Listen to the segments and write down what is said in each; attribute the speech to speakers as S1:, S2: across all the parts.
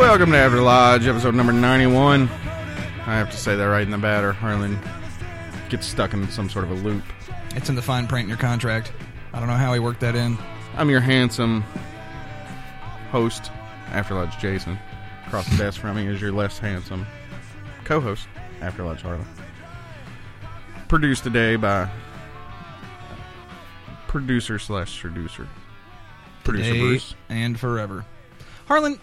S1: Welcome to After Lodge, episode number 91. I have to say that right in the bat, or Harlan gets stuck in some sort of a loop.
S2: It's in the fine print in your contract. I don't know how he worked that in.
S1: I'm your handsome host, After Lodge Jason. Across the desk from me is your less handsome co host, After Lodge Harlan. Produced today by producer slash seducer. Producer
S2: Today
S1: Bruce.
S2: And forever. Harlan,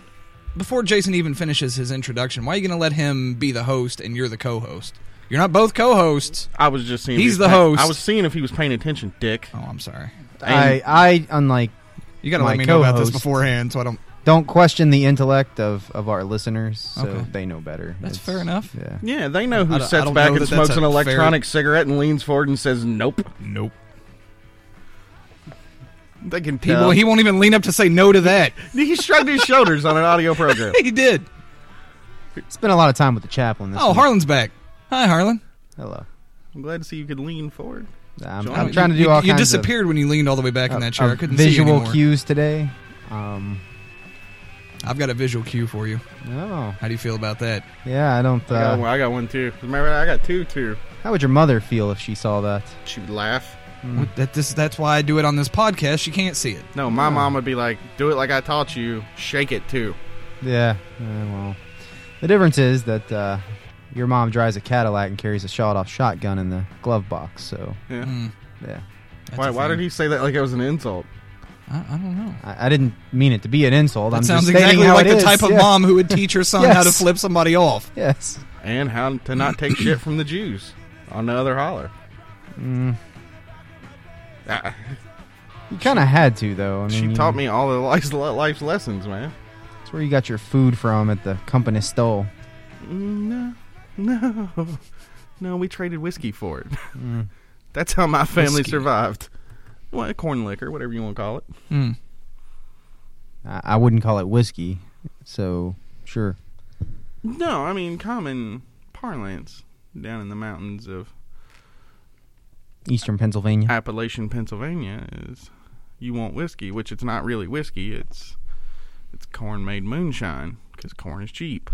S2: before Jason even finishes his introduction, why are you going to let him be the host and you're the co host? You're not both co hosts.
S1: I was just seeing. if
S2: He's
S1: he
S2: the
S1: was
S2: host.
S1: I was seeing if he was paying attention, Dick.
S2: Oh, I'm sorry.
S1: And-
S3: I, I unlike
S2: You got to
S3: My
S2: let me know about this
S3: co-host.
S2: beforehand so I don't.
S3: don't question the intellect of, of our listeners, so
S2: Okay.
S3: they know better.
S2: That's fair enough.
S3: Yeah.
S1: Yeah, they know
S2: I
S1: who
S2: don't- I
S1: sits
S2: don't
S1: back
S2: know
S1: and
S2: that that's
S1: smokes
S2: a
S1: an electronic cigarette and leans forward and says, "Nope."
S2: Nope.
S1: They can
S2: He,
S1: tell.
S2: well, he won't even lean up to say no to that.
S1: he, shrugged his shoulders on an audio program.
S2: he did.
S3: Spent a lot of time with the chaplain this
S2: Oh,
S3: week.
S2: Harlan's back. Hi, Harlan.
S3: Hello.
S1: I'm glad to see you could lean forward.
S3: I'm,
S1: John,
S3: I'm
S1: you-
S3: trying to do
S2: you,
S3: all
S2: You
S3: kinds
S2: disappeared when you leaned all the way back
S3: of,
S2: in that
S3: of-
S2: chair. I
S3: of
S2: couldn't see you
S3: visual
S2: anymore.
S3: cues today. Um,
S2: I've got a visual cue for you.
S3: no.
S2: How do you feel about that?
S3: oh, Yeah, I don't.
S1: I, got
S3: Uh,
S1: one, I got one too. Remember, I got two too.
S3: how would your mother feel if she saw that?
S1: She would laugh.
S3: Mm.
S2: That this that's why I do it on this podcast. You can't see it.
S1: No, my mom would be like, "Do it like I taught you. Shake it too."
S3: Yeah. uh, well, the difference is that uh, your mom drives a Cadillac and carries a shot-off shotgun in the glove box. So
S1: Yeah.
S2: Mm,
S3: yeah,
S2: that's
S1: Why?
S2: a
S1: Why
S2: thing.
S1: did he say that like it was an insult?
S2: I, I don't know.
S3: I, I didn't mean it to be an insult.
S2: That
S3: I'm
S2: sounds
S3: just stating
S2: exactly
S3: how
S2: like
S3: it
S2: the
S3: is.
S2: type of
S3: Yeah.
S2: mom who would teach her son how to
S3: Yes.
S2: flip somebody off.
S3: Yes.
S1: And how to not take shit from the Jews on the other holler.
S3: Mm.
S1: Ah,
S3: You kind of had to, though. I mean,
S1: she
S3: you-
S1: taught me all the life's, life's lessons, man.
S3: That's where you got your food from at the company stole.
S1: No, no, no. We traded whiskey for it. That's how my family
S2: Whiskey.
S1: survived. Well, corn liquor, whatever you want to call it.
S2: Hmm.
S3: I, I wouldn't call it whiskey, so sure.
S1: No, I mean common parlance down in the mountains of
S3: Eastern Pennsylvania.
S1: Appalachian, Pennsylvania, is you want whiskey, which it's not really whiskey. It's it's corn made moonshine because corn is cheap.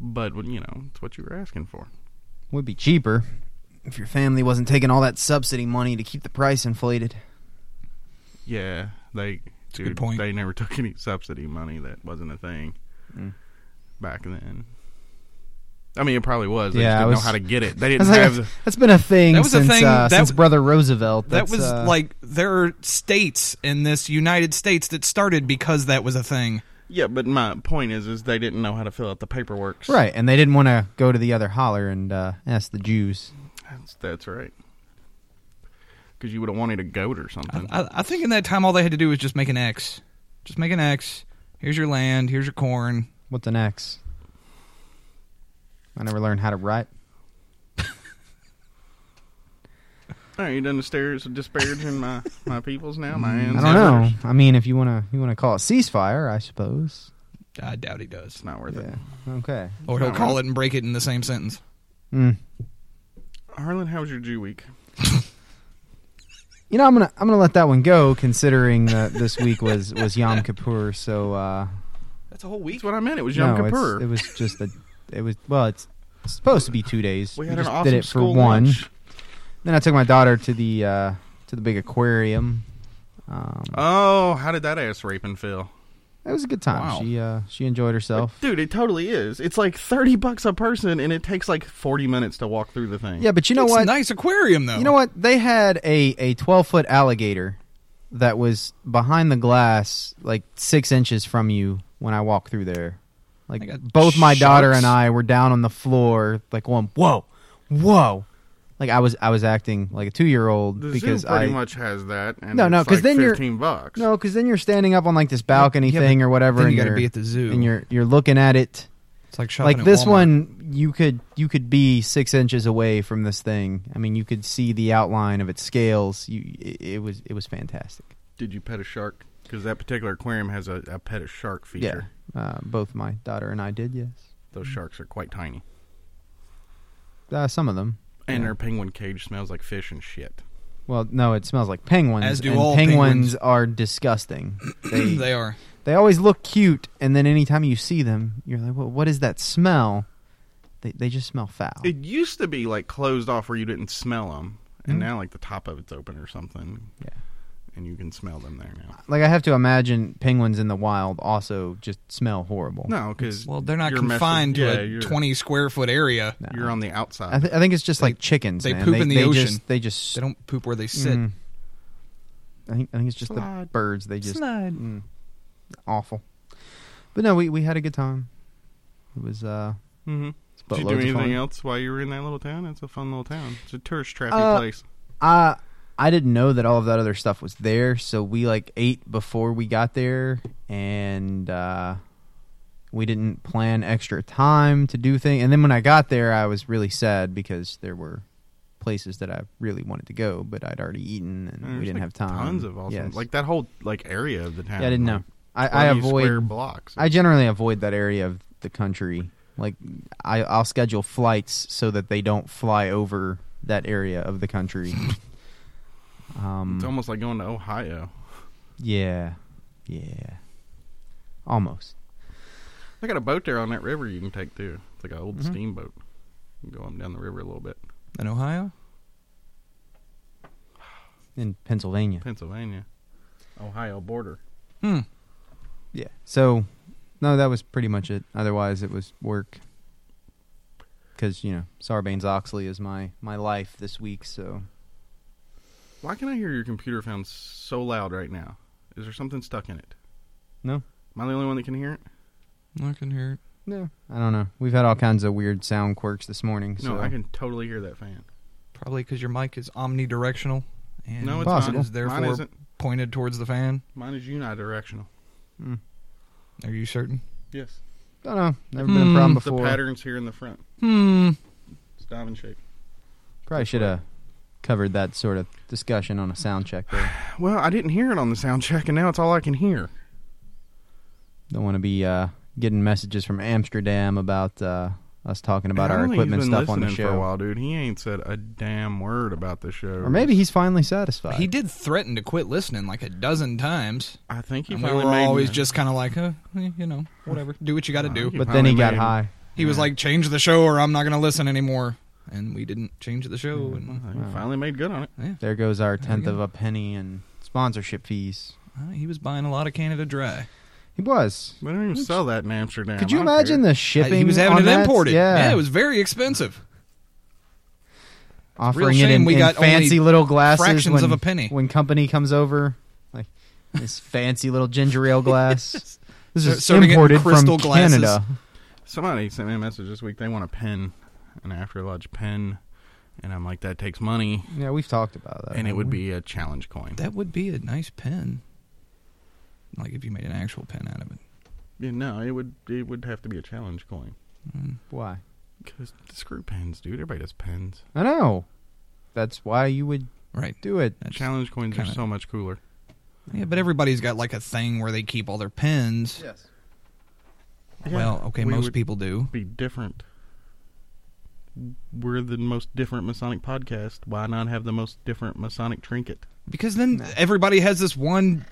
S1: But well, you know, it's what you were asking for.
S3: Would be cheaper if your family wasn't taking all that subsidy money to keep the price inflated.
S1: Yeah, they.
S2: a good point.
S1: They never took any subsidy money. That wasn't a thing
S3: Mm.
S1: back then. I mean, it probably was. They just
S3: Yeah, I
S1: didn't
S3: was-
S1: know how to get it. They didn't
S3: That's, like
S1: have.
S3: a-
S1: the,
S3: that's been a thing
S2: That was a
S3: since
S2: thing-
S3: uh,
S2: that
S3: since
S2: w-
S3: Brother Roosevelt.
S2: That
S3: That's,
S2: was
S3: uh,
S2: like there are states in this United States that started because that was a thing.
S1: yeah, but my point is, is they didn't know how to fill out the paperwork.
S3: right, and they didn't want to go to the other holler and uh, ask the Jews.
S1: That's, that's right. Because you would have wanted a goat or
S2: I,
S1: something.
S2: I, I think in that time all they had to do was just make an X. Just make an X. Here's your land. Here's your corn.
S3: What's an X? I never learned how to write.
S1: Are you done the stairs disparaging my my peoples now? My
S3: Mm, I don't know. I mean, if you wanna you wanna call it ceasefire, I suppose.
S2: I doubt he does.
S1: It's not worth
S3: Yeah.
S1: it.
S3: Okay.
S2: Or he'll call it and break it in the same sentence.
S3: Mm.
S1: Harlan, how was your Jew week?
S3: You know, I'm gonna I'm gonna let that one go, considering that this week was was Yom Kippur. So uh,
S2: That's a whole week.
S1: That's what I meant. It was Yom
S3: no, it's-
S1: Kippur.
S3: it was just a it was well, it's supposed to be two days.
S1: we had an
S3: just
S1: awesome
S3: did it for
S1: school
S3: one.
S1: lunch.
S3: Then I took my daughter to the uh, to the big aquarium. Um,
S1: Oh, how did that ass raping feel?
S3: it was a good time.
S1: wow.
S3: She uh, she enjoyed herself.
S1: Dude, it totally is. It's like thirty bucks a person, and it takes like forty minutes to walk through the thing.
S3: Yeah, but you know
S2: it's
S3: what?
S2: a nice aquarium though.
S3: You know what? They had a a twelve foot alligator that was behind the glass, like six inches from you when I walked through there.
S2: They
S3: Like
S2: got
S3: both my daughter and
S2: sharks?
S3: I were down on the floor, like going, "Whoa, whoa!" Like I was I was acting like a two year old
S1: the
S3: because
S1: zoo pretty
S3: I
S1: much has that. And
S3: No, no,
S1: it's
S3: 'cause
S1: like
S3: then you're-
S1: 15 bucks.
S3: no because then you're standing up on like this balcony
S2: Yeah, but
S3: thing or whatever,
S2: Then
S3: and
S2: you got to
S3: are
S2: be at the zoo.
S3: and you're you're looking at it.
S2: it's like shopping
S3: like
S2: at
S3: this
S2: Walmart.
S3: one you could you could be six inches away from this thing i mean you could see the outline of its scales you it, it was it was fantastic
S1: Did you pet a shark? Because that particular aquarium has a, a pet a shark feature.
S3: yeah uh, both my daughter and i did yes
S1: Those sharks are quite tiny,
S3: uh, some of them
S1: and
S3: Yeah.
S1: their penguin cage smells like fish and shit.
S3: well no it smells like penguins
S2: As do
S3: and
S2: all
S3: penguins,
S2: penguins.
S3: are disgusting they,
S2: they are.
S3: they always look cute and then anytime you see them you're like well, what is that smell they, they just smell foul
S1: It used to be like closed off where you didn't smell them, and
S3: Mhm.
S1: now like the top of it's open or something.
S3: Yeah.
S1: and you can smell them there now.
S3: like i have to imagine penguins in the wild also just smell horrible
S1: No, because
S2: Well, they're not
S1: you're messing-
S2: confined
S1: yeah,
S2: to a
S1: you're-
S2: 20 square foot area.
S3: No.
S1: you're on the outside.
S3: I, th- I think it's just
S2: They-
S3: like chickens.
S2: they
S3: man.
S2: poop in the
S3: they
S2: ocean.
S3: Just, they just
S2: They don't poop where they sit.
S3: Mm. I think I think it's just the
S1: Slide.
S3: birds. They just
S2: Slide.
S3: mm, awful. But no, we we had a good time. It was uh.
S1: mm-hmm.
S3: but
S1: Did you do
S3: loads of
S1: anything
S3: fun.
S1: else while you were in that little town? It's a fun little town. It's a tourist trappy
S3: Uh,
S1: place.
S3: I I didn't know that all of that other stuff was there, so we like ate before we got there, and uh, we didn't plan extra time to do things. And then when I got there, I was really sad because there were places that I really wanted to go, but I'd already eaten and
S1: Mm, There's,
S3: we didn't
S1: like,
S3: have time.
S1: Tons of awesome,
S3: Yes.
S1: like that whole like area of the town.
S3: yeah, I didn't
S1: like,
S3: know. I, I
S1: 20 square
S3: avoid
S1: blocks.
S3: I generally avoid that area of the country. Like I, I'll schedule flights so that they don't fly over that area of the country. um,
S1: it's almost like going to Ohio.
S3: yeah, yeah, almost.
S1: They got a boat there on that river you can take too. It's like an old
S3: Mhm.
S1: steamboat. You can go on down the river a little bit.
S2: In Ohio?
S3: In Pennsylvania,
S1: Pennsylvania, Ohio border.
S2: Hmm.
S3: yeah. So, no, that was pretty much it. Otherwise, it was work. Because you know Sarbanes Oxley is my my life this week. So
S1: Why can I hear your computer sound so loud right now? Is there something stuck in it?
S3: No.
S1: Am I the only one that can hear it?
S2: I can hear it.
S3: no, I don't know. We've had all kinds of weird sound quirks this morning. So.
S1: No, I can totally hear that fan.
S2: Probably because your mic is omnidirectional. And
S1: No, it's
S3: Possible.
S1: not.
S2: Is therefore
S1: Mine isn't.
S2: pointed towards the fan.
S1: Mine is unidirectional.
S2: Are you certain?
S1: Yes.
S3: don't know. Never been a
S2: Hmm,
S3: problem
S1: The
S3: before.
S1: patterns here in the front.
S2: Hmm.
S1: It's diamond shape.
S3: Probably should have covered that sort of discussion on a sound check. There.
S1: Well, I didn't hear it on the sound check, and now it's all I can hear.
S3: Don't want to be uh, getting messages from Amsterdam about uh, us talking about
S1: I
S3: our
S1: don't think
S3: equipment
S1: he's been
S3: stuff on the
S1: listening for a
S3: show.
S1: while, dude. He ain't said a damn word about the show.
S3: Or maybe he's finally satisfied.
S2: He did threaten to quit listening like a dozen times.
S1: I think he
S2: and we
S1: finally
S2: were
S1: made
S2: always
S1: it.
S2: just kind of like, uh, eh, you know, whatever. Do what you got to do.
S1: He
S3: but then he
S1: finally
S3: got
S1: made it.
S3: high.
S2: He was
S1: Yeah.
S2: like, change the show or I'm not going to listen anymore. And we didn't change the show.
S1: Well,
S2: And
S1: he finally made good on it.
S3: There goes our
S2: There you
S3: tenth
S2: go.
S3: of a penny in sponsorship fees.
S2: uh, he was buying a lot of Canada Dry. Uh,
S3: He was.
S1: They don't even sell that in Amsterdam.
S3: Could you
S1: I don't
S3: imagine
S1: care.
S3: the
S2: Uh,
S3: shipping?
S2: he was
S3: on
S2: having it
S3: that?
S2: imported.
S3: Yeah,
S2: it was very expensive.
S3: offering
S2: real
S3: it in,
S2: shame we
S3: in
S2: got only
S3: fancy little glasses.
S2: fractions
S3: when,
S2: of a penny.
S3: when company comes over, like this fancy little ginger ale glass. This
S2: Ser-
S3: is
S2: serving it in
S3: imported from
S2: crystal glasses.
S3: Canada.
S1: Somebody sent me a message this week. They want a pen, an After Lodge pen, and I'm like, that takes money,
S3: Yeah, we've talked about that.
S1: and it would
S3: haven't we?
S1: be a challenge coin.
S2: That would be a nice pen. Like if you made an actual pen out of it.
S1: Yeah, no, it would it would have to be a challenge coin.
S3: why.
S1: Because screw pens, dude. Everybody does pens.
S3: I know. That's why you would
S2: Right.
S3: do it.
S2: That's-
S1: Challenge coins
S2: kinda-
S1: are so much cooler.
S2: Yeah, but everybody's got like a thing where they keep all their pens.
S3: Yes.
S2: well, okay,
S1: we
S2: most
S1: would
S2: people do.
S1: Be different. We're the most different Masonic podcast. Why not have the most different Masonic trinket?
S2: Because then everybody has this one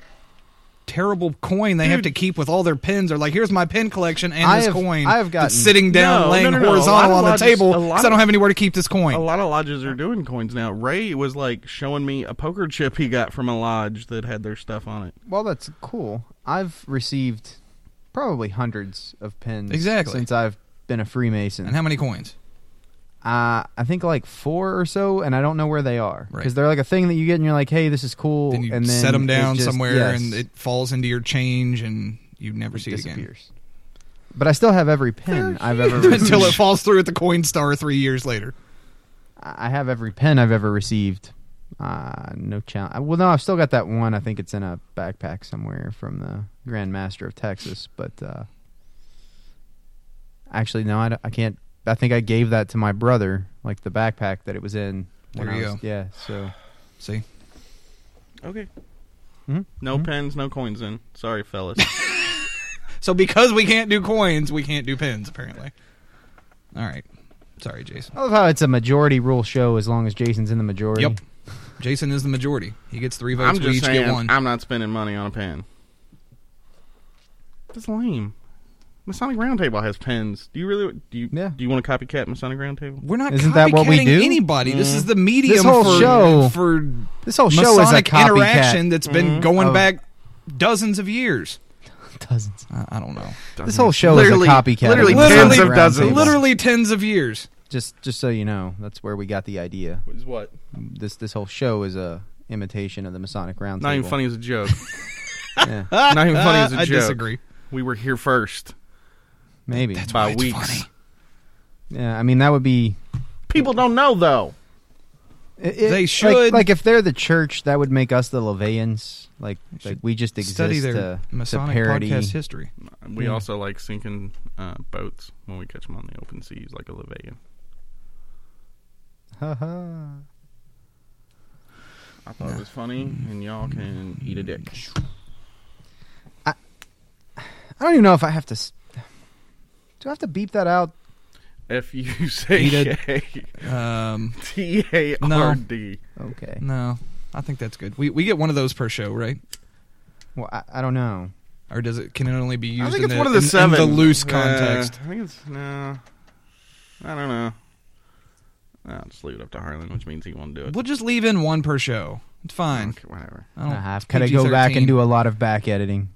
S2: terrible coin they have to keep with all their pins. Or like, here's my pin collection and
S3: I
S2: this
S3: have-
S2: coin.
S3: I have gotten-
S2: that's sitting down,
S1: No, no,
S2: laying
S1: no, no. A lot
S2: horizontal
S1: of
S2: on the
S1: lodges-
S2: table
S1: a lot
S2: because I
S1: of-
S2: don't have anywhere to keep this coin.
S1: A lot of lodges are doing coins now. Ray was like showing me a poker chip he got from a lodge that had their stuff on it.
S3: Well, that's cool. I've received probably hundreds of pins
S2: Exactly.
S3: since I've been a Freemason.
S2: and how many coins?
S3: uh, I think like four or so, and I don't know where they are
S2: Right.
S3: because they're like a thing that you get, and you're like, "Hey, this is cool."
S2: Then you
S3: and then
S2: set them
S3: it
S2: down
S3: just-
S2: somewhere,
S3: yes,
S2: and it falls into your change, and you never see it again
S3: disappears. But I still have every pin I've ever received.
S2: until it falls through at the coin star three years later.
S3: I have every pen I've ever received. Uh, no challenge. Well, no, I've still got that one. I think it's in a backpack somewhere from the Grand Master of Texas. But uh, actually, no, I, don't- I can't. I think I gave that to my brother, like the backpack that it was in. when
S2: There
S3: I
S2: you
S3: was-
S2: go.
S3: Yeah. So
S2: See,
S1: Okay.
S2: Mm-hmm.
S3: Mhm.
S1: No pens, no coins in. Sorry, fellas.
S2: so because we can't do coins, we can't do pins. Apparently. All right. Sorry, Jason.
S3: I love how it's a majority rule show as long as Jason's in the majority.
S2: Yep. Jason is the majority. He gets three votes.
S1: I'm
S2: we
S1: just
S2: each
S1: saying,
S2: get one.
S1: I'm not spending money on a pen. That's lame. Masonic Roundtable has pens. Do you really? Do you?
S3: Yeah.
S1: Do you want to copycat Masonic Roundtable?
S2: We're not
S3: Isn't that what we
S2: copycatting
S3: do?
S2: anybody. This
S1: Mm.
S2: is the medium
S3: whole
S2: for,
S3: show-
S2: for
S3: This whole show is a
S2: Masonic
S3: copycat.
S2: interaction that's
S1: Mm-hmm.
S2: been going
S3: Oh.
S2: back dozens of years.
S3: Dozens.
S2: I, I don't know.
S3: This whole show is a
S1: Literally-
S3: copycat.
S1: literally
S3: of the
S1: tens
S3: Masonic
S1: of
S3: Roundtable.
S1: dozens.
S2: Literally tens of years.
S3: Just, just so you know, that's where we got the idea.
S1: Is what?
S3: this this whole show is a imitation of the Masonic Roundtable.
S1: Not even funny as a joke.
S3: Yeah,
S1: not even funny as a
S2: Uh, I
S1: joke.
S2: disagree.
S1: We were here first
S3: maybe.
S1: by
S2: why it's
S1: weeks.
S2: funny.
S3: yeah, I mean that would be.
S1: People don't know though.
S3: i- i-
S2: They
S3: like-
S2: should-
S3: like, if they're the church, that would make us the Levians. Like like
S2: should
S3: we just exist
S2: Study their
S3: to,
S2: Masonic
S3: to parody.
S2: podcast history.
S1: We
S2: Hmm.
S3: Yeah.
S1: also like sinking uh, boats when we catch them on the open seas, like a Levian.
S3: Ha ha.
S1: I thought it was funny, and y'all can eat a dick.
S3: I don't even know if I have to. s- Do I have to beep that out?
S1: If you say
S2: Eat a-
S1: K
S2: Um,
S1: T A R D,
S3: Okay.
S2: no, I think that's good. We we get one of those per show, right?
S3: Well, I, I don't know.
S2: Or does it can it only be used
S1: I think
S2: in,
S1: it's
S2: the,
S1: one of the
S2: in- in
S1: seven.
S2: the loose
S1: Uh,
S2: context?
S1: I think it's no. I don't know. I'll just leave it up to Harlan, which means he won't do it.
S2: We'll just leave in one per show. It's fine.
S1: Okay, whatever.
S2: I don't
S3: I have
S2: it's
S3: to go back
S2: PG-13.
S3: and do a lot of back editing.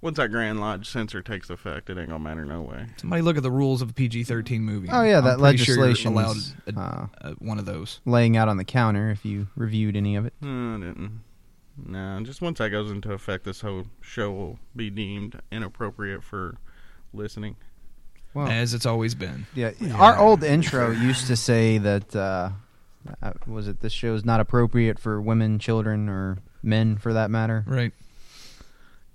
S1: Once that Grand Lodge censor takes effect, it ain't gonna matter no way.
S2: Somebody look at the rules of a PG thirteen movie.
S3: Oh yeah,
S2: I'm
S3: that
S2: pretty sure you're
S3: legislation
S2: allowed a-
S3: uh,
S2: a- one of those.
S3: laying out on the counter. If you reviewed any of it,
S1: No, I didn't. No, just once that goes into effect, this whole show will be deemed inappropriate for listening.
S3: well,
S2: As it's always been.
S3: Yeah, our old intro used to say that uh, uh, was it this show is not appropriate for women, children, or men for that matter.
S2: Right.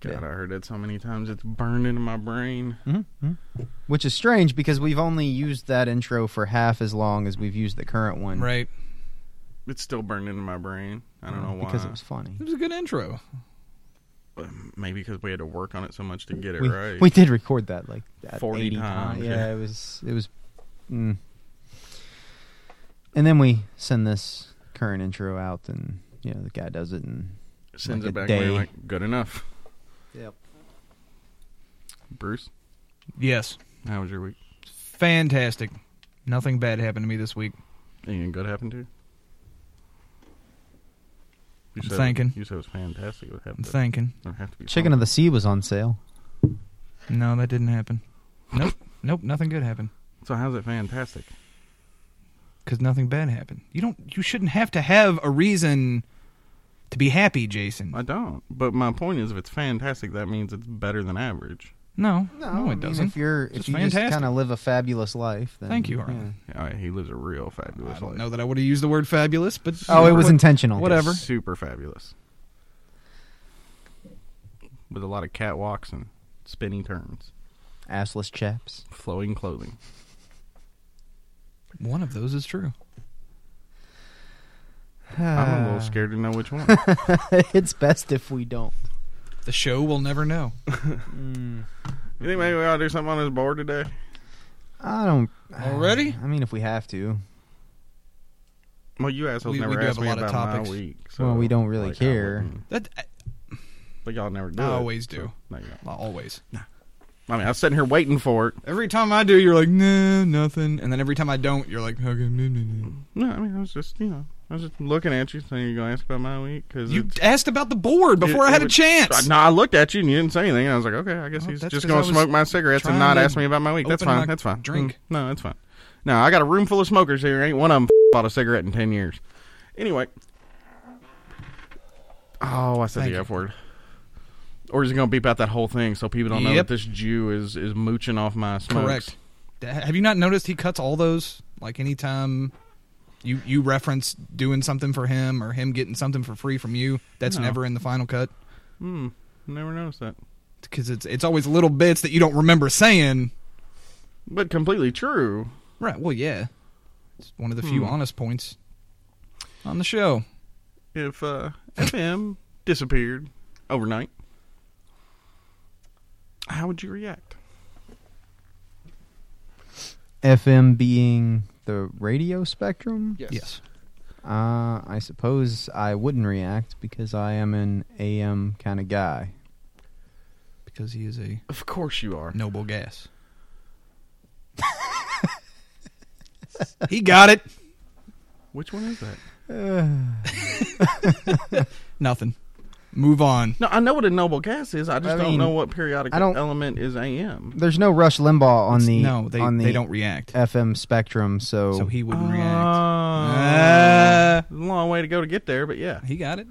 S1: God,
S3: Yeah.
S1: I heard that so many times; it's burned into my brain.
S3: Mm-hmm. Which is strange because we've only used that intro for half as long as we've used the current one.
S2: Right.
S1: It's still burned into my brain. I don't know why.
S3: Because it was funny.
S2: It was a good intro.
S1: But maybe because we had to work on it so much to get it
S3: We,
S1: right.
S3: we did record that like that
S1: 40
S3: 80
S1: times,
S3: Yeah,
S1: yeah.
S3: it was it was. Mm. And then we send this current intro out, and you know the guy does it, and
S1: Sends it
S3: like a
S1: back
S3: day.
S1: and we're like, good enough.
S3: yep.
S1: Bruce,
S2: Yes.
S1: how was your week?
S2: Fantastic. Nothing bad happened to me this week.
S1: Anything good happened to you? You
S2: I'm
S1: said-
S2: thanking.
S1: You said it was fantastic. What
S2: I'm
S1: happened?
S2: thinking.
S1: There have to be
S3: Chicken of the Sea was on sale.
S2: No, that didn't happen. Nope. nope. Nothing good happened.
S1: something. So how's it fantastic?
S2: Because nothing bad happened. You don't you shouldn't have to have a reason to be happy, Jason.
S1: I don't. But my point is, if it's fantastic, that means it's better than average.
S2: No.
S3: No,
S2: No,
S3: I
S2: it
S3: mean,
S2: doesn't.
S3: If you're if
S2: Just
S3: you just
S2: fantastic.
S3: kind of live a fabulous life, then
S2: Thank you, Arlen.
S1: All right, he lives a real fabulous
S2: I don't
S1: life.
S2: know that I would have used the word fabulous, but
S3: yeah. Oh, it was
S2: What-
S3: intentional.
S2: whatever.
S1: Super fabulous. With a lot of catwalks and spinny turns,
S3: Assless chaps.
S1: flowing clothing.
S2: One of those is true.
S1: I'm a
S3: Ah.
S1: little scared to know which one.
S3: it's best if we don't.
S2: The show will never know.
S1: You think maybe we ought to do something on this board today?
S3: I don't.
S2: Already?
S3: I mean, if we have to.
S1: Well, you assholes
S2: We- we
S1: never
S2: do have
S1: asked
S2: a
S1: me
S2: lot of
S1: about
S2: topics.
S1: my week. So,
S3: Well, we don't really
S1: like, I
S3: care.
S1: wouldn't-
S2: That I,
S1: But y'all never do.
S2: I
S1: it,
S2: always
S1: so-
S2: do.
S1: No, you don't.
S2: well, always.
S1: I mean, I was sitting here waiting for it.
S2: Every time I do, you're like, nah, nothing. And then every time I don't, you're like, okay, nah, nah, nah.
S1: No, I mean, I was just, you know, I was just looking at you saying you're going to ask about my week. Cause
S2: You
S1: it's-
S2: asked about the board before
S1: it-
S2: I had
S1: it
S2: a
S1: would-
S2: chance.
S1: No, I looked at you and you didn't say anything. And I was like, okay, I guess
S2: Well,
S1: he's
S2: that's
S1: just
S2: 'cause I
S1: going
S2: was
S1: to smoke my cigarettes and
S2: trying
S1: not
S2: to
S1: ask me about my week. That's
S2: open my
S1: fine. That's fine.
S2: drink.
S1: Mm, no, that's fine. No, I got a room full of smokers here. Ain't one of them bought a cigarette in 10 years. Anyway. Oh, I said
S2: Thank
S1: the
S2: you.
S1: F word. Or is he going to beep out that whole thing so people don't know
S2: Yep.
S1: that this Jew is, is mooching off my smokes?
S2: Correct. D- Have you not noticed he cuts all those? Like anytime you you reference doing something for him or him getting something for free from you, that's
S1: No.
S2: never in the final cut
S1: Hmm. Never noticed that.
S2: because it's it's always little bits that you don't remember saying.
S1: But completely true.
S2: Right. Well, yeah, it's one of the few
S1: Hmm.
S2: honest points on the show.
S1: if uh, FM disappeared overnight, how would you react?
S3: FM being the radio spectrum.
S2: Yes.
S3: Uh, I suppose I wouldn't react because I am an AM kind of guy.
S2: because he is a
S1: Of course you are.
S2: noble gas. he got it.
S1: Which one is that?
S2: Nothing. Move on.
S1: No, I know what a noble gas is. I just
S3: I
S1: don't
S3: mean,
S1: know what periodic
S3: I don't-
S1: element is AM.
S3: There's no Rush Limbaugh on the
S2: no, they
S3: on the
S2: they don't react.
S3: FM spectrum, so,
S2: so he wouldn't
S1: Uh.
S2: react.
S1: Ah. long way to go to get there, but yeah.
S2: He got it.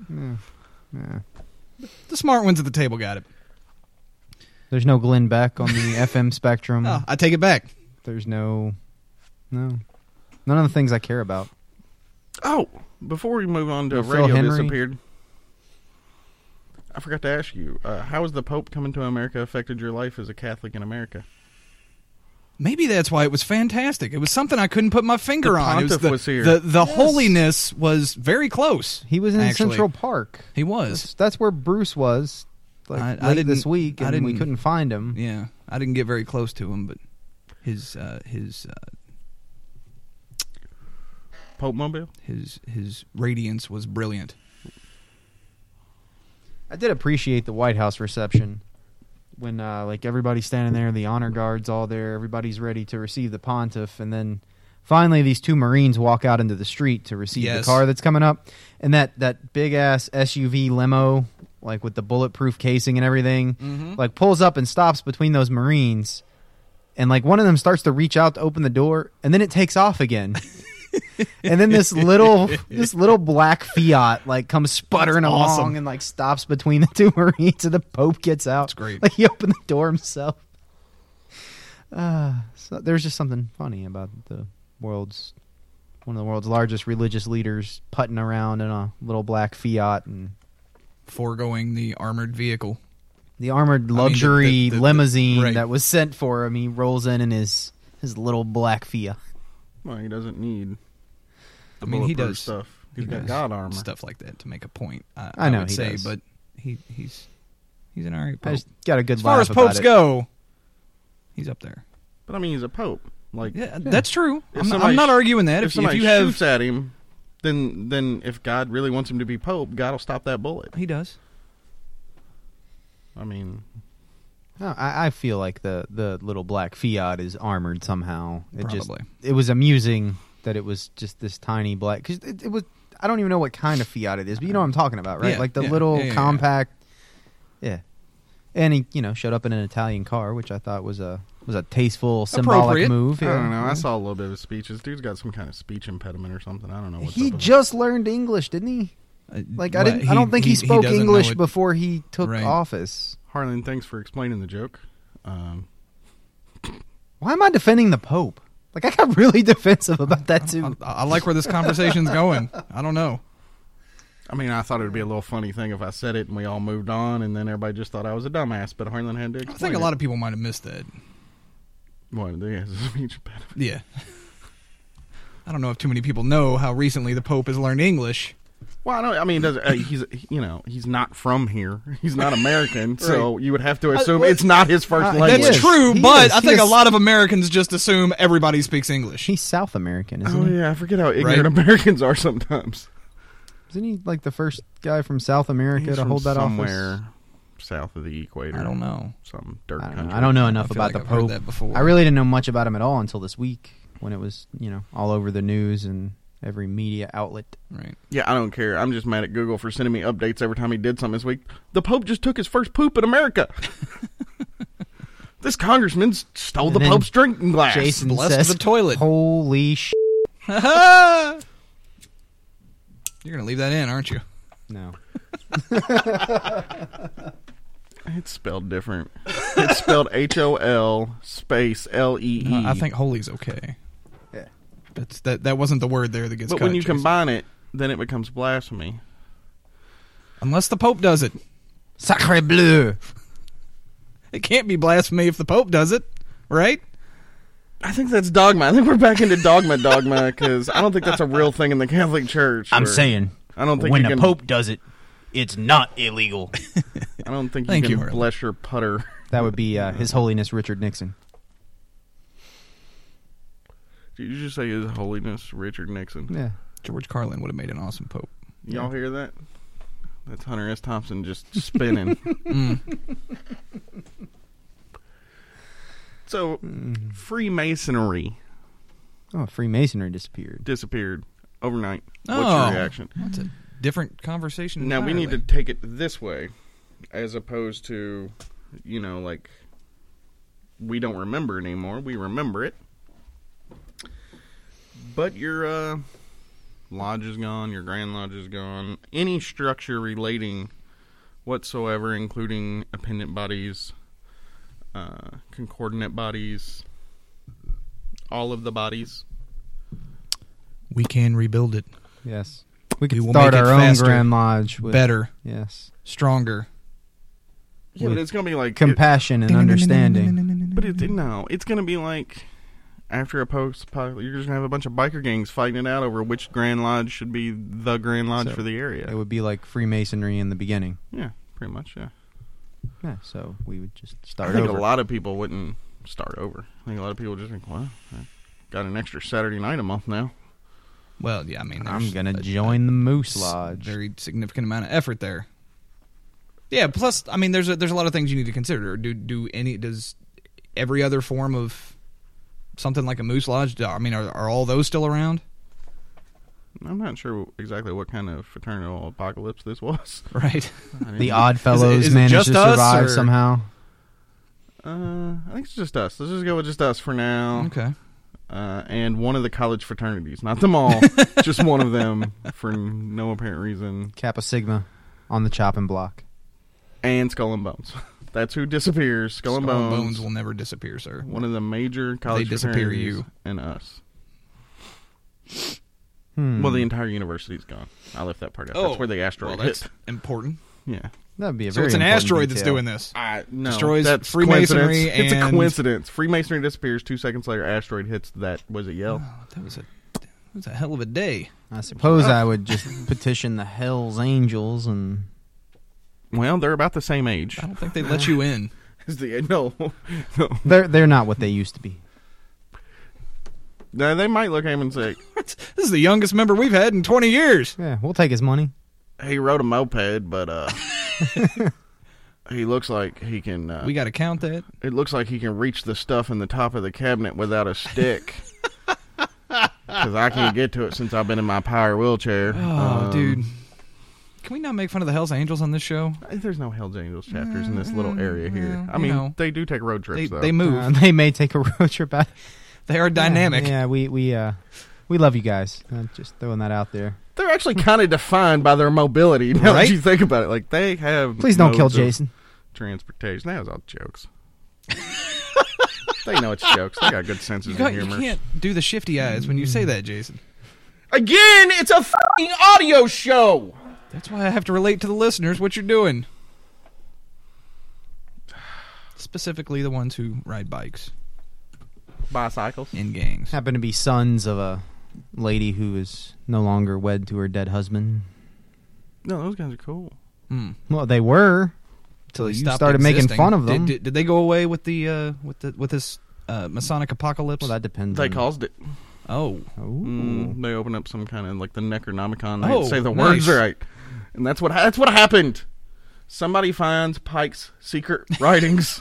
S3: yeah.
S2: The smart ones at the table got it.
S3: there's no Glenn Beck on the FM spectrum.
S2: Ah, I take it back.
S3: There's no no none of the things I care about.
S1: Oh, before we move on to
S3: Phil
S1: radio
S3: Henry?
S1: disappeared, I forgot to ask you: uh, How has the Pope coming to America affected your life as a Catholic in America?
S2: Maybe that's why it was fantastic. It was something I couldn't put my finger
S1: The
S2: on. It
S1: pontiff
S2: the,
S1: was here.
S2: the the holiness was very close.
S3: He was in
S2: Actually,
S3: Central Park.
S2: He was.
S3: That's, that's where Bruce was like
S2: I-
S3: late
S2: I
S3: this
S2: didn't-
S3: week,
S2: I
S3: and we
S2: didn't-
S3: couldn't find him.
S2: Yeah, I didn't get very close to him, but his uh, his uh,
S1: Pope Mobile.
S2: his his radiance was brilliant.
S3: I did appreciate the White House reception when uh, like everybody's standing there, the honor guards all there, everybody's ready to receive the pontiff, and then finally these two Marines walk out into the street to receive
S2: Yes.
S3: the car that's coming up, and that that big ass SUV limo like with the bulletproof casing and everything
S2: Mm-hmm.
S3: like pulls up and stops between those Marines. And like one of them starts to reach out to open the door, and then it takes off again. and then this little this little black Fiat like comes sputtering
S2: That's awesome.
S3: along and like stops between the two Marines, and the Pope gets out. That's
S2: great.
S3: Like he opened the door himself. Uh, so there's just something funny about the world's one of the world's largest religious leaders putting around in a little black Fiat and
S2: Foregoing the armored vehicle.
S3: the armored
S2: the-
S3: luxury
S2: the- the-
S3: limousine
S2: right.
S3: that was sent for him. He rolls in in his his little black Fiat.
S1: Well, he doesn't need.
S2: I
S1: The
S2: mean, he
S1: bulletproof
S2: does-
S1: stuff. He's
S2: he
S1: got
S2: does
S1: God armor.
S2: stuff like that to make a point. I,
S3: I know
S2: would
S3: he
S2: say,
S3: does.
S2: but he he's he's an alright
S3: I
S2: pope.
S3: just got a good
S2: As far
S3: laugh
S2: as
S3: about
S2: popes
S3: it.
S2: go, he's up there.
S1: But I mean, he's a pope. Like,
S2: Yeah, that's true.
S1: If
S2: I'm, not-
S1: somebody
S2: I'm not
S1: sh-
S2: arguing that.
S1: if,
S2: If, if
S1: somebody
S2: you have,
S1: shoots at him, then then if God really wants him to be pope, God will stop that bullet.
S2: he does.
S1: I mean,
S3: No, Oh, I, I feel like the, the little black Fiat is armored somehow. It just
S2: Probably.
S3: it was amusing that it was just this tiny black because it, it was. I don't even know what kind of Fiat it is, but you know what I'm talking about, right?
S2: Yeah,
S3: like the
S2: yeah,
S3: little
S2: yeah, yeah, yeah.
S3: compact. Yeah. and he you know showed up in an Italian car, which I thought was a was a tasteful symbolic
S2: Appropriate.
S3: move.
S1: I
S3: yeah.
S1: don't know. I saw a little bit of his speech. This dude's got some kind of speech impediment or something. I don't know. What's
S3: He
S1: up with
S3: just learned English, didn't he?
S2: Uh,
S3: Like I
S2: what-
S3: didn't. I don't think he, spoke
S2: doesn't know
S3: English
S2: it.
S3: before he took
S2: Right.
S3: office.
S1: it. Harlan, thanks for explaining the joke. Um,
S3: Why am I defending the Pope? Like I got really defensive about that too.
S2: I, I like where this conversation's going. I don't know.
S1: I mean, I thought it would be a little funny thing if I said it and we all moved on, and then everybody just thought I was a dumbass. But Harlan had to
S2: I
S1: explain.
S2: think a lot of people might have missed that.
S1: what he has a speech impediment.
S2: Yeah. I don't know if too many people know how recently the Pope has learned English.
S1: Well, I know. I mean, does uh, he's you know he's not from here. He's not American, so you would have to assume
S3: well,
S1: it's not his first
S3: uh,
S1: language.
S3: He
S2: That's
S3: is.
S2: true,
S3: He
S2: but
S3: is.
S2: I
S3: He
S2: think a
S3: is.
S2: lot of Americans just assume everybody speaks English.
S3: He's South American, isn't
S1: Oh
S3: he?
S1: yeah, I forget how ignorant
S2: Right?
S1: Americans are sometimes.
S3: Isn't he like the first guy from South America
S1: He's
S3: to
S1: from
S3: hold that
S1: somewhere
S3: office?
S1: south of the equator.
S2: I don't know.
S1: Some dirt
S3: I don't,
S1: country.
S3: know. I don't know enough
S2: feel
S3: about
S2: like
S3: the
S2: I've heard
S3: Pope.
S2: that before.
S3: I really didn't know much about him at all until this week when it was, you know, all over the news and every media outlet.
S2: Right.
S1: Yeah, I don't care. I'm just mad at Google for sending me updates every time he did something this week. The Pope just took his first poop in America. this congressman s- stole
S3: And
S1: the
S3: then
S1: Pope's drinking glass.
S3: Jason
S2: blessed
S3: says,
S2: the toilet.
S3: "Holy sh!"
S2: You're gonna leave that in, aren't you?
S3: No,
S1: It's spelled different. It's spelled H O L space L E E.
S2: I think holy's okay.
S3: Yeah.
S2: That's that. That wasn't the word there that gets
S1: But
S2: cut.
S1: when you
S2: Jason.
S1: combine it, then it becomes blasphemy.
S2: unless the Pope does it,
S3: sacre bleu!
S2: it can't be blasphemy if the Pope does it, right?
S1: I think that's dogma. I think we're back into dogma dogma because I don't think that's a real thing in the Catholic Church.
S3: I'm
S1: where-
S3: saying,
S1: I don't think
S3: when
S1: you
S3: the
S1: can-
S3: Pope does it, it's not illegal.
S1: I don't think you
S2: Thank
S1: can
S2: you, Harlan.
S1: bless your putter.
S3: that would be uh, His Holiness Richard Nixon.
S1: Did you just say His Holiness Richard Nixon?
S3: Yeah,
S2: George Carlin would have made an awesome Pope.
S1: Y'all hear that? That's Hunter S. Thompson just spinning.
S3: Mm.
S1: so,
S3: Mm.
S1: Freemasonry
S3: oh, Freemasonry disappeared.
S1: disappeared overnight.
S2: Oh.
S1: What's your reaction?
S2: That's a different conversation.
S1: Now, we need to
S2: entirely.
S1: take it this way as opposed to, you know, like, we don't remember anymore. We remember it. But your uh, lodge is gone, your grand lodge is gone. Any structure relating whatsoever, including appendant bodies, uh, concordant bodies, all of the bodies.
S2: We can rebuild it
S3: Yes, we could
S2: We will
S3: start
S2: make it
S3: our own
S2: faster,
S3: Grand Lodge with
S2: better,
S3: Yes,
S2: stronger.
S1: Yeah,
S3: With
S1: but it's going to be like. it-
S3: compassion and understanding.
S1: But it
S3: Mm-hmm.
S1: no, it's gonna be like after a post apocalypse, you're just gonna have a bunch of biker gangs fighting it out over which Grand Lodge should be the Grand Lodge
S3: So,
S1: for the area.
S3: It would be like Freemasonry in the beginning.
S1: yeah, pretty much. Yeah,
S3: Yeah, so we would just
S1: I
S3: start
S1: think
S3: over.
S1: a lot of people wouldn't start over. I think a lot of people just think, "Wow, I got an extra Saturday night a month now."
S2: Well, yeah, I mean,
S3: I'm
S2: there's
S3: gonna
S2: a-
S3: join the Moose
S2: s-
S3: Lodge.
S2: Very significant amount of effort there. Yeah. Plus, I mean, there's a, there's a lot of things you need to consider. Do do any does every other form of something like a moose lodge? do- I mean, are are all those still around?
S1: I'm not sure exactly what kind of fraternal apocalypse this was.
S2: Right.
S1: I
S3: the
S1: didn't-
S3: Odd Fellows
S2: is it
S3: managed
S2: just
S3: to
S2: us,
S3: survive
S2: or-
S3: somehow.
S1: Uh, I think it's just us. Let's just go with just us for now.
S2: okay.
S1: uh, and one of the college fraternities, not them all, just one of them for no apparent reason,
S3: Kappa Sigma on the chopping block.
S1: and Skull and Bones. That's who disappears. Skull, and
S2: Skull and
S1: Bones,
S2: will never disappear, sir.
S1: one of the major college
S2: They disappear
S1: fraternities
S2: you.
S1: and us.
S3: Hmm.
S1: Well, the entire university's gone. I left that part out.
S2: Oh,
S1: that's where the asteroid
S2: well, that's
S1: hit.
S2: important.
S1: Yeah,
S3: That'd be a
S2: So
S3: very
S2: it's an
S3: important
S2: asteroid that's
S3: detail.
S2: doing this.
S1: I no.
S2: Destroys
S1: that's
S2: Freemasonry
S1: coincidence. It's a
S2: and-
S1: coincidence. Freemasonry disappears. Two seconds later, asteroid hits that. Was it Yale?
S2: Oh, that was a that was a hell of a day.
S3: I suppose
S2: Oh.
S3: I would just petition the Hell's Angels and
S1: Well, they're about the same age.
S2: I don't think they let you in.
S1: Is the no, no.
S2: Hmm.
S3: they're they're not what they used to be.
S1: No, They might look at him and say,
S2: this is the youngest member we've had in 20 years.
S3: Yeah, we'll take his money.
S1: he rode a moped, but uh, he looks like he can. Uh,
S2: We got to count that.
S1: it looks like he can reach the stuff in the top of the cabinet without a stick. Because I can't get to it since I've been in my power wheelchair. Um,
S2: Oh, dude. Can we not make fun of the Hell's Angels on this show?
S1: There's no Hell's Angels
S2: Mm,
S1: chapters in this little area here.
S2: well,
S1: I
S2: mm, you
S1: mean,
S2: know.
S1: they do take road
S2: They,
S1: trips, though.
S2: they move.
S3: Uh, they may take a road trip out.
S2: they are dynamic.
S3: Yeah, yeah, we we uh we love you guys. Uh, just throwing that out there.
S1: They're actually kind of defined by their mobility, now
S2: Right?
S1: that you think about it. Like, they have.
S3: Please don't kill
S1: modes of
S3: Jason.
S1: Transportation. That was all jokes. they know it's jokes. They got good senses
S2: You,
S1: of
S2: got- you
S1: humor.
S2: can't do the shifty eyes when you say that, Jason.
S1: Again, it's a fucking audio show.
S2: That's why I have to relate to the listeners what you're doing. Specifically, the ones who ride bikes
S1: Bicycles.
S2: in gangs.
S3: Happen to be sons of a lady who is no longer wed to her dead husband.
S1: No, those guys are cool.
S2: Hmm.
S3: Well, they were.
S2: Till
S3: You started making fun of them.
S2: Did, did, did they go away with the uh, with the with this uh, Masonic apocalypse?
S3: Well, that depends.
S1: They
S2: Mm.
S3: on-
S1: caused it.
S2: oh,
S3: Ooh.
S1: Mm, they open up some kind of like the Necronomicon.
S2: Oh,
S1: Oh, say the
S2: nice.
S1: words right, and that's what that's what happened. Somebody finds Pike's secret writings,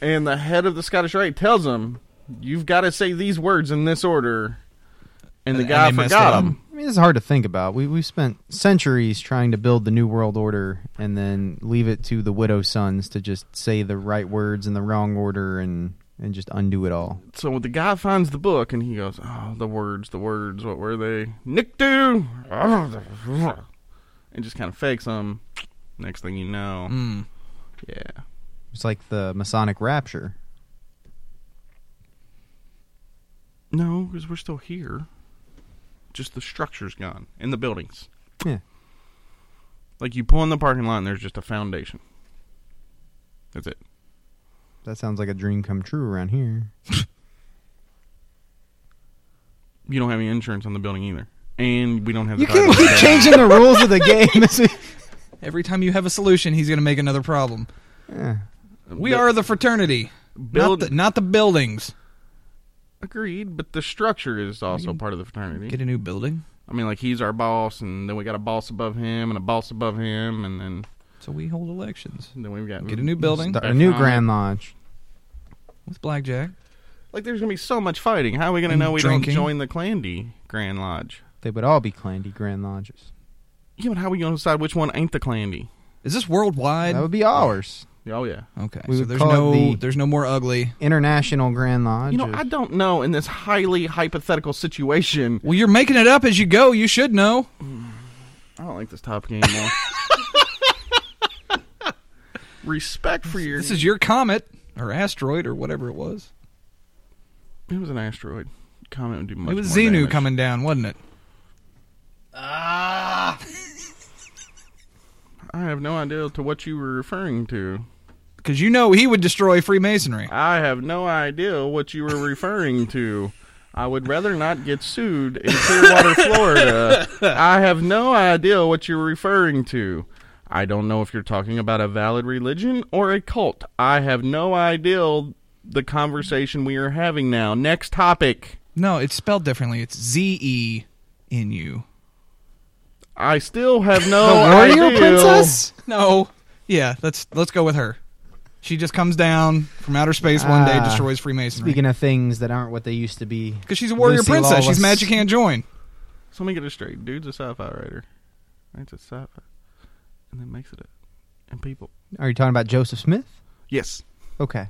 S1: and the head of the Scottish Rite tells him, "You've got to say these words in this order." And
S2: And-
S1: the
S2: and
S1: guy
S2: they messed it
S1: forgot
S2: up.
S1: them.
S3: I mean, it's hard to think about. We we spent centuries trying to build the new world order, and then leave it to the widow sons to just say the right words in the wrong order, and and just undo it all.
S1: So the guy finds the book and he goes, "Oh, the words, the words. What were they? Nictu." And just kind of fakes them. Next thing you know,
S2: hmm.
S1: yeah.
S3: It's like the Masonic rapture.
S1: No, because we're still here. Just the structure's gone and the buildings.
S3: Yeah.
S1: Like you pull in the parking lot and there's just a foundation. That's it.
S3: That sounds like a dream come true around here.
S1: You don't have any insurance on the building either, and we don't have. The
S3: You can't
S1: title.
S3: keep changing the rules of the game.
S2: Every time you have a solution, he's going to make another problem.
S3: yeah.
S2: We
S1: But-
S2: are the fraternity,
S1: Build-
S2: not the, not the buildings.
S1: Agreed, but the structure is also part of the fraternity.
S2: Get a new building.
S1: I mean, like he's our boss, and then we got a boss above him, and a boss above him, and then
S2: So we hold elections
S1: and then we've got
S2: Get a new building.
S3: Start a
S1: Back
S3: new
S1: on.
S3: grand lodge.
S2: with blackjack.
S1: Like there's gonna be so much fighting. How are we gonna
S2: And
S1: know we
S2: drinking.
S1: don't join the Clandy Grand Lodge?
S3: They would all be clandy grand lodges.
S1: Yeah, but how are we gonna decide which one ain't the Clandy?
S2: Is this worldwide?
S3: That would be ours.
S1: Oh yeah.
S2: okay,
S3: we
S2: so
S3: would
S2: there's
S3: call it
S2: no
S3: the-
S2: there's no more ugly.
S3: International grand lodge.
S1: You know, I don't know in this highly hypothetical situation.
S2: Well, you're making it up as you go. You should know.
S1: I don't like this topic anymore. Respect for your.
S2: This is your comet or asteroid or whatever it was.
S1: It was an asteroid. Comment would do much.
S2: it was
S1: more
S2: Xenu
S1: damage.
S2: coming down, wasn't it?
S1: I have no idea to what you were referring to.
S2: Because you know he would destroy Freemasonry.
S1: I have no idea what you were referring to. I would rather not get sued in Clearwater, Florida. I have no idea what you're referring to. I don't know if you're talking about a valid religion or a cult. I have no idea the conversation we are having now. Next topic.
S2: No, it's spelled differently. It's Z E N U.
S1: I still have no
S3: warrior
S1: idea.
S3: princess.
S2: No. Yeah, let's let's go with her. She just comes down from outer space one day,
S3: Ah.
S2: destroys Freemasonry.
S3: Speaking of things that aren't what they used to be,
S2: Because she's a warrior
S3: Lucy
S2: princess. She's
S3: Lawless.
S2: mad she can't join.
S1: So let me get it straight. Dude's a sci-fi writer. Writes a sci-fi, and then makes it up. And people.
S3: Are you talking about Joseph Smith?
S1: Yes.
S3: Okay.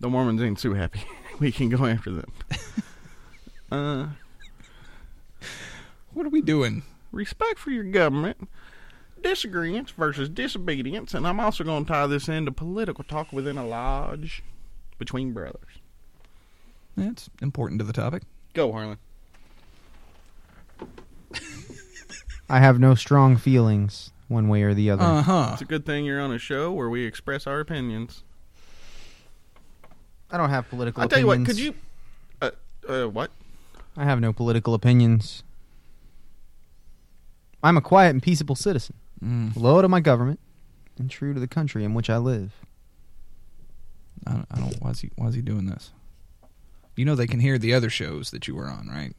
S1: the Mormons ain't too happy. we can go after them. uh,
S2: What are we doing?
S1: respect for your government, disagreements versus disobedience, and I'm also going to tie this into political talk within a lodge between brothers.
S2: That's important to the topic.
S1: Go, Harlan.
S3: I have no strong feelings one way or the other.
S2: Uh huh.
S1: It's a good thing you're on a show where we express our opinions.
S3: I don't have political
S1: I'll tell you what,
S3: opinions.
S1: could you. Uh, uh, what?
S3: I have no political opinions. I'm a quiet and peaceable citizen,
S2: Mm,
S3: loyal to my government, and true to the country in which I live.
S2: I, don't- I don't. Why's he? Why's he doing this? You know they can hear the other shows that you were on, right?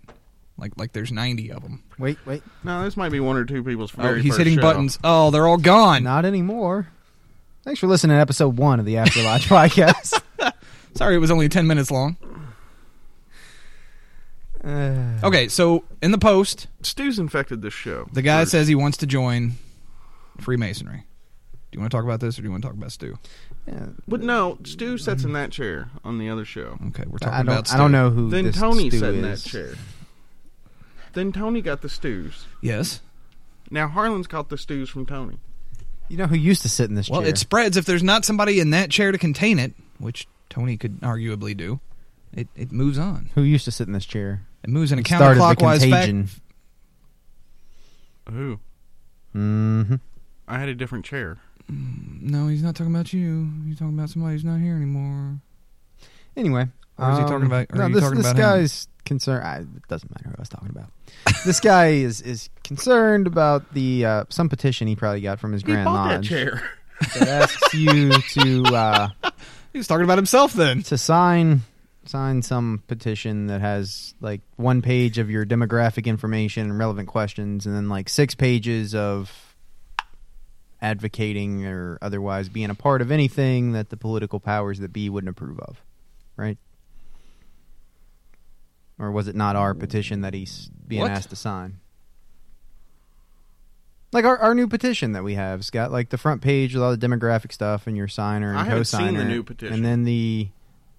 S2: Like like there's 90 of them.
S3: Wait, wait.
S1: No, this might be one or two people's
S2: Oh,
S1: very
S2: he's
S1: first
S2: hitting
S1: show.
S2: buttons. Oh, they're all gone.
S3: Not anymore. Thanks for listening to episode one of the Afterlife podcast.
S2: Sorry, it was only 10 minutes long.
S3: Uh,
S2: Okay, so in the post,
S1: Stu's infected this show.
S2: the guy
S1: First.
S2: says he wants to join Freemasonry. Do you want to talk about this, or do you want to talk about Stu?
S3: yeah,
S1: But no, Stu sits in that chair on the other show.
S2: Okay, we're talking
S3: I
S2: about
S3: don't.
S2: Stu.
S3: I don't know who
S1: Then
S3: this
S1: Tony
S3: stew
S1: sat
S3: is.
S1: in that chair. Then Tony got the stews.
S2: Yes.
S1: Now Harlan's caught the stews from Tony.
S3: You know who used to sit in this
S2: Well,
S3: chair?
S2: it spreads if there's not somebody in that chair to contain it, which Tony could arguably do. It it moves on.
S3: who used to sit in this chair.
S2: It moves in a
S3: Started the
S2: counterclockwise
S3: contagion.
S2: fact.
S1: Who?
S2: Mm-hmm.
S3: hmm
S1: I had a different chair.
S2: No, he's not talking about you. He's talking about somebody who's not here anymore.
S3: Anyway,
S2: Or is he
S3: um,
S2: talking about- or
S3: no,
S2: are you
S3: this,
S2: talking
S3: this
S2: about him?
S3: guy's concerned. I, it doesn't matter who I was talking about. this guy is is concerned about the uh, some petition he probably got from his grand lodge that asks you to uh,
S2: He was talking about himself then.
S3: to sign sign some petition that has like one page of your demographic information and relevant questions and then like six pages of advocating or otherwise being a part of anything that the political powers that be wouldn't approve of right or was it not our petition that he's being
S2: What?
S3: asked to sign like our, our new petition that we have has got like the front page with all the demographic stuff and your signer and
S1: I haven't seen
S3: co-signer
S1: the new petition.
S3: and then the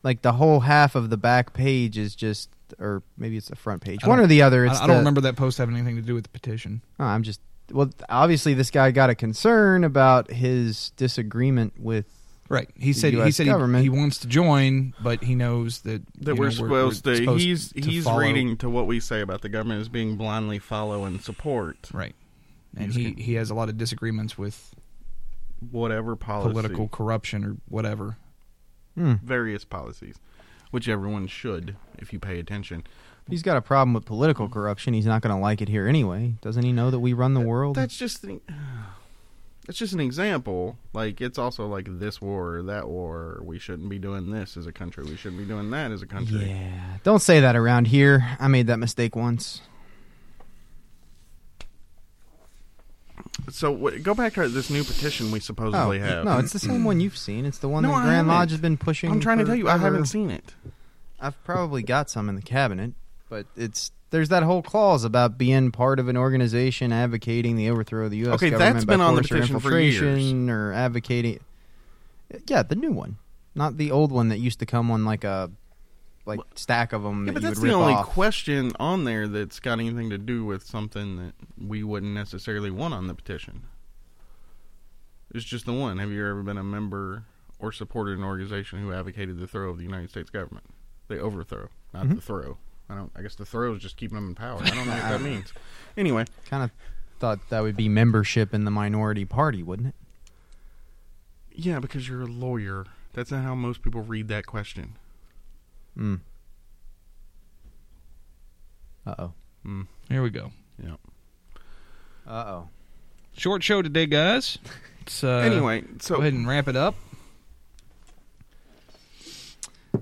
S3: like the whole half of the back page is just or maybe it's the front page
S2: I
S3: one
S2: don't-
S3: or the other
S2: I,
S3: it's
S2: I don't
S3: the-
S2: remember that post having anything to do with the petition.
S3: Oh, i'm just well obviously this guy got a concern about his disagreement with
S2: Right. He
S3: The
S2: said he
S3: US
S2: said he,
S3: government.
S2: he wants to join, but he knows that
S1: That
S2: you know,
S1: we're supposed
S2: we're
S1: to. he's
S2: to
S1: he's
S2: follow-
S1: reading to what we say about the government as being blindly follow and support
S2: right, and
S1: He's
S2: he
S1: good.
S2: he has a lot of disagreements with
S1: whatever policy,
S2: political corruption or whatever.
S3: hmm,
S1: various policies, which everyone should if you pay attention.
S3: he's got a problem with political corruption he's not going to like it here anyway doesn't he know that we run the world
S1: That's just the, that's just an example. Like it's also like this war or that war. We shouldn't be doing this as a country. We shouldn't be doing that as a country.
S3: yeah don't say that around here i made that mistake once
S1: So w- go back to this new petition we
S3: oh
S1: supposedly have.
S3: no it's the same one you've seen it's the one
S1: No,
S3: that
S1: I
S3: grand
S1: haven't.
S3: lodge has been pushing
S1: I'm trying to tell you, I
S3: forever.
S1: haven't seen it.
S3: I've probably got some in the cabinet, but it's there's that whole clause about being part of an organization advocating the overthrow of the U.S.
S1: Okay,
S3: government
S1: that's
S3: by
S1: been on the
S3: force or
S1: petition for
S3: infiltration or advocating. Yeah, the new one, not the old one that used to come on like a like stack of them
S1: Yeah,
S3: that
S1: but
S3: you would
S1: that's
S3: rip
S1: the only
S3: off.
S1: question on there that's got anything to do with something that we wouldn't necessarily want on the petition. It's just the one. Have you ever been a member or supported an organization who advocated the throw of the United States government? The overthrow, not the throw. I don't. I guess the throw is just keeping them in power. I don't know what that means. Anyway,
S3: kind of thought that would be membership in the minority party, wouldn't it?
S1: yeah, because you're a lawyer. That's not how most people read that question.
S3: Mm. Uh oh.
S1: Mm.
S2: Here we go.
S1: Yeah.
S3: Uh oh.
S2: Short show today, guys. It's, uh,
S1: anyway,
S2: go
S1: so
S2: ahead and wrap it up.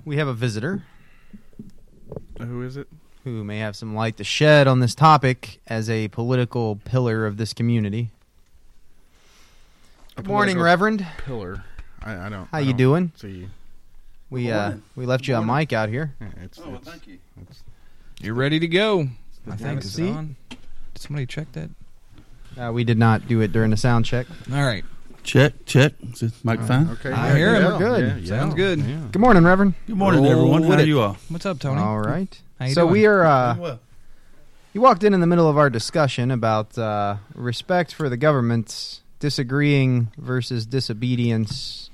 S3: We have a visitor.
S1: who is it?
S3: who may have some light to shed on this topic as a political pillar of this community. Good morning,
S1: political
S3: Reverend.
S1: Pillar. I, I don't.
S3: How
S1: I
S3: you
S1: don't
S3: doing?
S1: See.
S3: We uh, we left you a mic out here.
S1: Yeah, it's,
S4: Oh, well,
S1: it's-
S4: thank you.
S1: it's-
S2: You're ready to go. I
S3: thing
S2: think
S3: to
S2: it's
S3: see.
S2: on. Did somebody check that?
S3: Uh, we did not do it during the sound check.
S2: All right.
S4: Check, check. Is this mic fine?
S1: Okay.
S2: I
S1: yeah,
S2: hear
S1: yeah,
S2: him.
S3: We're good.
S1: yeah, yeah,
S2: Sounds good.
S1: yeah.
S3: Good morning, Reverend.
S4: Good morning,
S2: Roll
S4: everyone. How
S2: with it.
S4: you all?
S2: What's up, Tony?
S3: All right.
S2: How you
S3: so
S2: doing?
S3: we are. Uh,
S4: well.
S3: you walked in in the middle of our discussion about uh, respect for the government, disagreeing versus disobedience.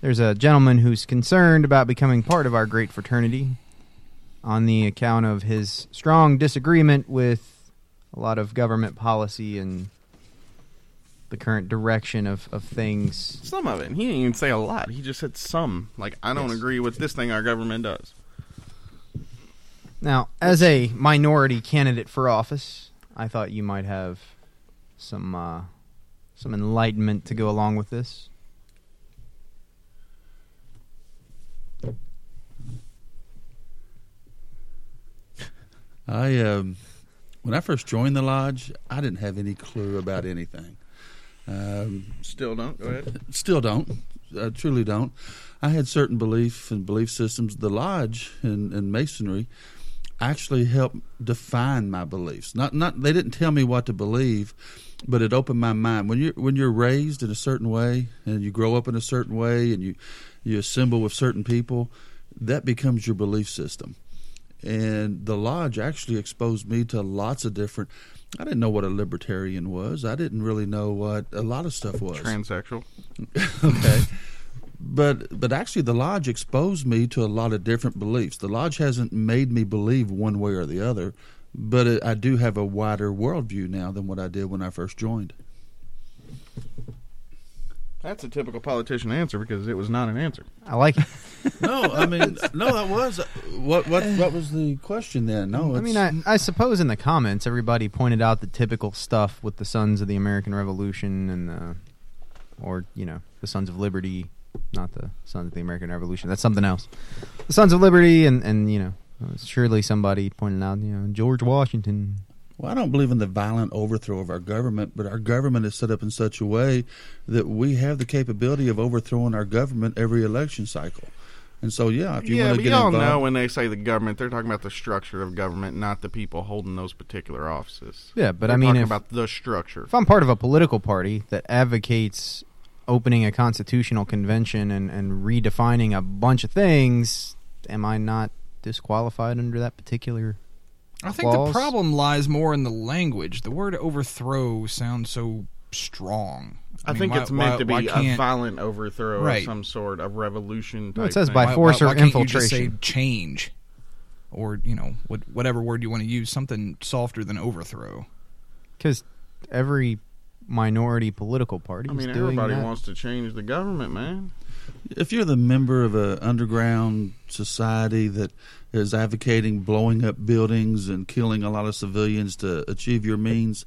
S3: There's a gentleman who's concerned about becoming part of our great fraternity on the account of his strong disagreement with a lot of government policy and the current direction of, of things.
S1: Some of it. He didn't even say a lot. He just said some. Like I don't
S3: Yes.
S1: agree with this thing our government does.
S3: Now, as a minority candidate for office, I thought you might have some uh, some enlightenment to go along with this.
S4: I um, when I first joined the lodge, I didn't have any clue about anything. Um,
S1: Still don't. Go ahead.
S4: still don't. I truly don't. I had certain belief and belief systems. The lodge and, and masonry actually helped define my beliefs. Not not they didn't tell me what to believe, but it opened my mind. When you when you're raised in a certain way and you grow up in a certain way and you you assemble with certain people, that becomes your belief system. And the lodge actually exposed me to lots of different. I didn't know what a libertarian was. I didn't really know what a lot of stuff was
S1: Transsexual.
S4: okay but but actually the lodge exposed me to a lot of different beliefs the lodge hasn't made me believe one way or the other but it, i do have a wider worldview now than what i did when i first joined
S1: That's a typical politician answer because it was not an answer.
S3: I like it.
S4: no, I mean, no, that was uh, what what what was the question then? No,
S3: I mean,
S4: it's-
S3: I, I suppose in the comments, everybody pointed out the typical stuff with the Sons of the American Revolution and the, or, you know, the Sons of Liberty, not the Sons of the American Revolution. That's something else. The Sons of Liberty, and, and you know, surely somebody pointed out, you know, George Washington.
S4: Well, I don't believe in the violent overthrow of our government, but our government is set up in such a way that we have the capability of overthrowing our government every election cycle. And so, yeah, if you
S1: yeah,
S4: want
S1: but
S4: to get
S1: y'all
S4: involved,
S1: know when they say the government, they're talking about the structure of government, not the people holding those particular offices.
S3: Yeah, but
S1: They're
S3: I mean,
S1: talking
S3: if,
S1: about the structure.
S3: if I'm part of a political party that advocates opening a constitutional convention and, and redefining a bunch of things, am I not disqualified under that particular
S2: I think
S3: Claws?
S2: the problem lies more in the language. The word overthrow sounds so strong.
S1: I,
S2: mean,
S1: think
S2: why-
S1: it's meant
S2: why-
S1: to
S2: why
S1: be a
S2: can't-
S1: violent overthrow of
S2: Right.
S1: some sort, a revolution.
S3: Well, it
S1: type
S3: says
S1: thing.
S3: by
S2: why-
S3: force
S2: why-
S3: or
S2: why can't you just say
S3: infiltration.
S2: change, or you know, what, whatever word you want to use, something softer than overthrow.
S3: Because every minority political party
S1: I
S3: is
S1: mean,
S3: doing
S1: everybody
S3: that.
S1: wants to change the government, man.
S4: if you're the member of an underground society that is advocating blowing up buildings and killing a lot of civilians to achieve your means,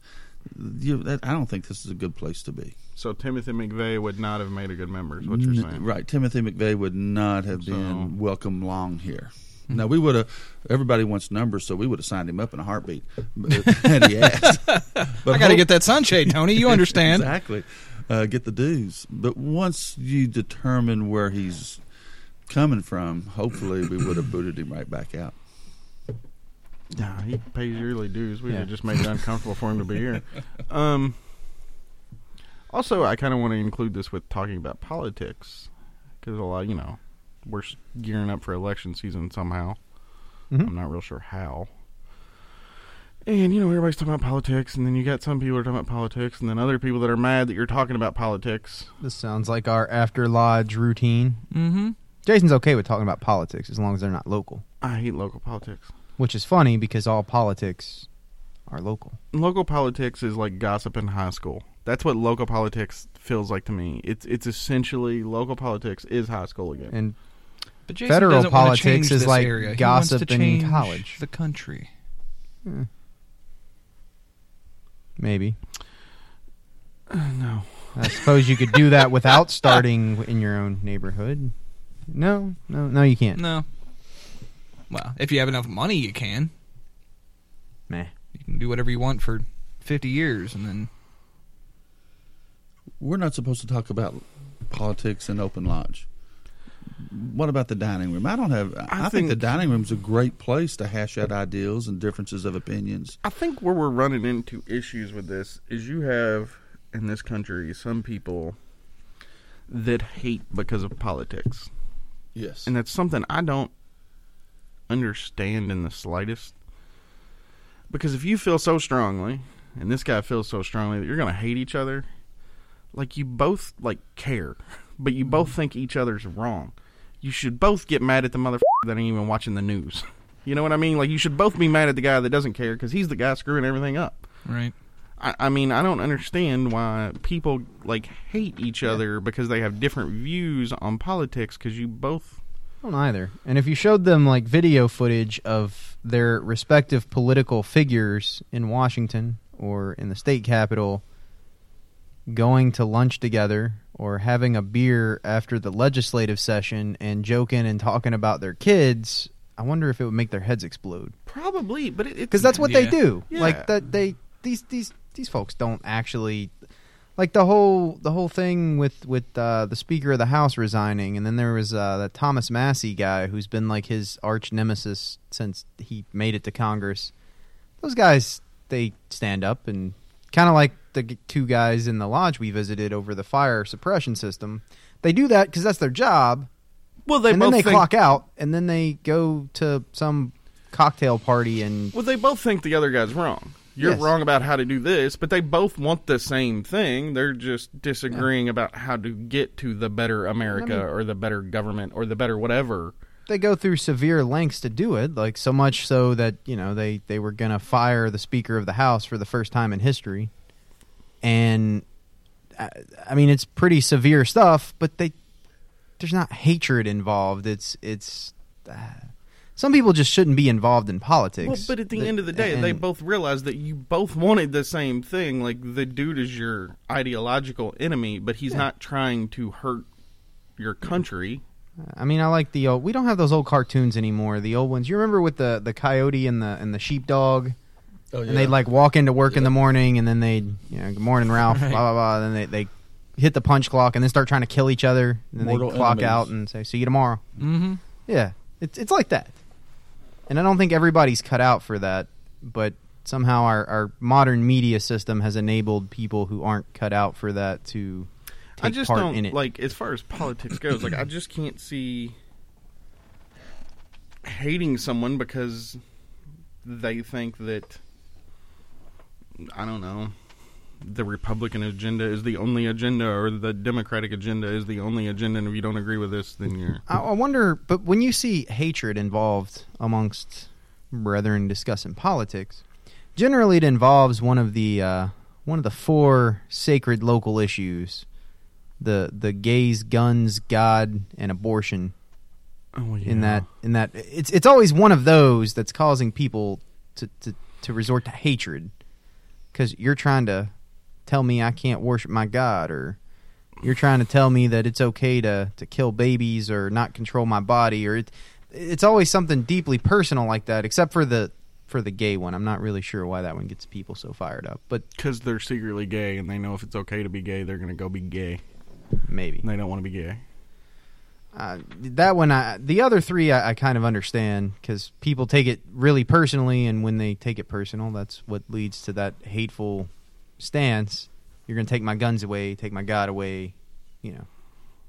S4: you, that, I don't think this is a good place to be.
S1: So Timothy McVeigh would not have made a good member. Is what you're
S4: N-
S1: saying?
S4: Right. Timothy McVeigh would not have
S1: So-
S4: been welcome long here. Now we would have. Everybody wants numbers, so we would have signed him up in a heartbeat. But- had he asked. But
S2: I got to
S4: hope-
S2: get that sunshade, Tony. You understand?
S4: exactly. Uh, get the dues, but once you determine where he's coming from, hopefully we would have booted him right back out.
S1: Nah, he pays yearly dues. We
S3: Yeah.
S1: have just made it uncomfortable for him to be here. Um, also, I kind of want to include this with talking about politics because a lot, you know, we're s- gearing up for election season somehow.
S4: Mm-hmm.
S3: Mhm.
S1: I'm not real sure how. And you know, everybody's talking about politics, and then you got some people that are talking about politics, and then other people that are mad that you're talking about politics.
S3: This sounds like our after lodge routine.
S2: Mm-hmm.
S3: Jason's okay with talking about politics as long as they're not local,
S1: I hate local politics.
S3: which is funny because all politics are local.
S1: local politics is like gossip in high school. That's what local politics feels like to me. It's it's essentially local politics is high school again.
S3: And
S2: But Jason
S3: Federal
S2: doesn't wanna
S3: politics
S2: change
S3: is
S2: this
S3: like
S2: area. He
S3: gossip
S2: wants to
S3: in
S2: change
S3: college.
S2: The country.
S3: maybe
S1: no,
S3: I suppose you could do that without starting in your own neighborhood. No, no, no, you can't.
S2: No. Well, if you have enough money, you can.
S3: Meh.
S2: You can do whatever you want for fifty years, and then
S4: We're not supposed to talk about politics in open lodge. What about the dining room? I don't have. I, I think,
S1: think-
S4: the dining room's a great place to hash out ideals and differences of opinions.
S1: I think where we're running into issues with this is you have in this country some people that hate because of politics,
S4: Yes,
S1: and that's something I don't understand in the slightest. Because if you feel so strongly, and this guy feels so strongly that you're going to hate each other, like you both like care, but you both think each other's wrong. You should both get mad at the motherfucker that ain't even watching the news. You know what I mean? Like you should both be mad at the guy that doesn't care because he's the guy screwing everything up.
S2: right.
S1: I, I mean, I don't understand why people like hate each other because they have different views on politics. Because you both
S3: I don't either. And if you showed them like video footage of their respective political figures in Washington or in the state capitol going to lunch together or having a beer after the legislative session and joking and talking about their kids, I wonder if it would make their heads explode.
S1: probably, but it, it's
S3: Because that's what they
S2: Yeah.
S3: do.
S1: Yeah.
S3: Like that they these these these folks don't actually like the whole the whole thing with with uh, the Speaker of the House resigning, and then there was uh, that Thomas Massey guy who's been like his arch nemesis since he made it to Congress. Those guys they stand up and kind of like the g- two guys in the lodge we visited over the fire suppression system. They do that because that's their job,
S1: well they
S3: and
S1: both
S3: then they
S1: think,
S3: clock out, and then they go to some cocktail party and
S1: Well, they both think the other guy's wrong. You're
S3: Yes.
S1: wrong about how to do this, but they both want the same thing. They're just disagreeing about how to get to the better America or the better government or the better whatever.
S3: they go through severe lengths to do it, like so much so that you know they they were gonna fire the Speaker of the House for the first time in history, uh, and I, I mean it's pretty severe stuff, but they there's not hatred involved. It's it's uh, some people just shouldn't be involved in politics.
S1: Well, but at the
S3: They-
S1: end of the day, they
S3: and-
S1: both realized that you both wanted the same thing. Like the dude is your ideological enemy, but he's not trying to hurt your country.
S3: I mean, I like the old. We don't have those old cartoons anymore. The old ones. You remember with the the coyote and the and the sheepdog,
S4: Oh,
S3: and they'd like walk into work in the morning, and then they'd you know, good morning, Ralph, blah blah blah. And then they they hit the punch clock and then start trying to kill each other. And then they
S4: Mortal
S3: clock
S4: enemies.
S3: out and say, "See you tomorrow."
S2: Mm-hmm.
S3: Yeah, it's it's like that. And I don't think everybody's cut out for that, but somehow our, our modern media system has enabled people who aren't cut out for that to take
S1: I just
S3: part
S1: don't
S3: in it.
S1: like as far as politics goes. Like I just can't see hating someone because they think that I don't know the Republican agenda is the only agenda or the Democratic agenda is the only agenda, and if you don't agree with this, then you're
S3: I, I wonder, but when you see hatred involved amongst brethren discussing politics, generally it involves one of the uh, one of the four sacred local issues: the the gays, guns, God, and abortion.
S1: oh, yeah.
S3: in that in that it's it's always one of those that's causing people to to, to resort to hatred because you're trying to tell me I can't worship my God or you're trying to tell me that it's okay to to kill babies or not control my body or it, it's always something deeply personal like that except for the for the gay one I'm not really sure why that one gets people so fired up but
S1: because they're secretly gay and they know if it's okay to be gay, they're gonna go be gay.
S3: maybe
S1: And they don't want to be gay.
S3: uh, that one I the other three I, I kind of understand because people take it really personally, and when they take it personal, that's what leads to that hateful stance. You're gonna take my guns away, take my God away, you know,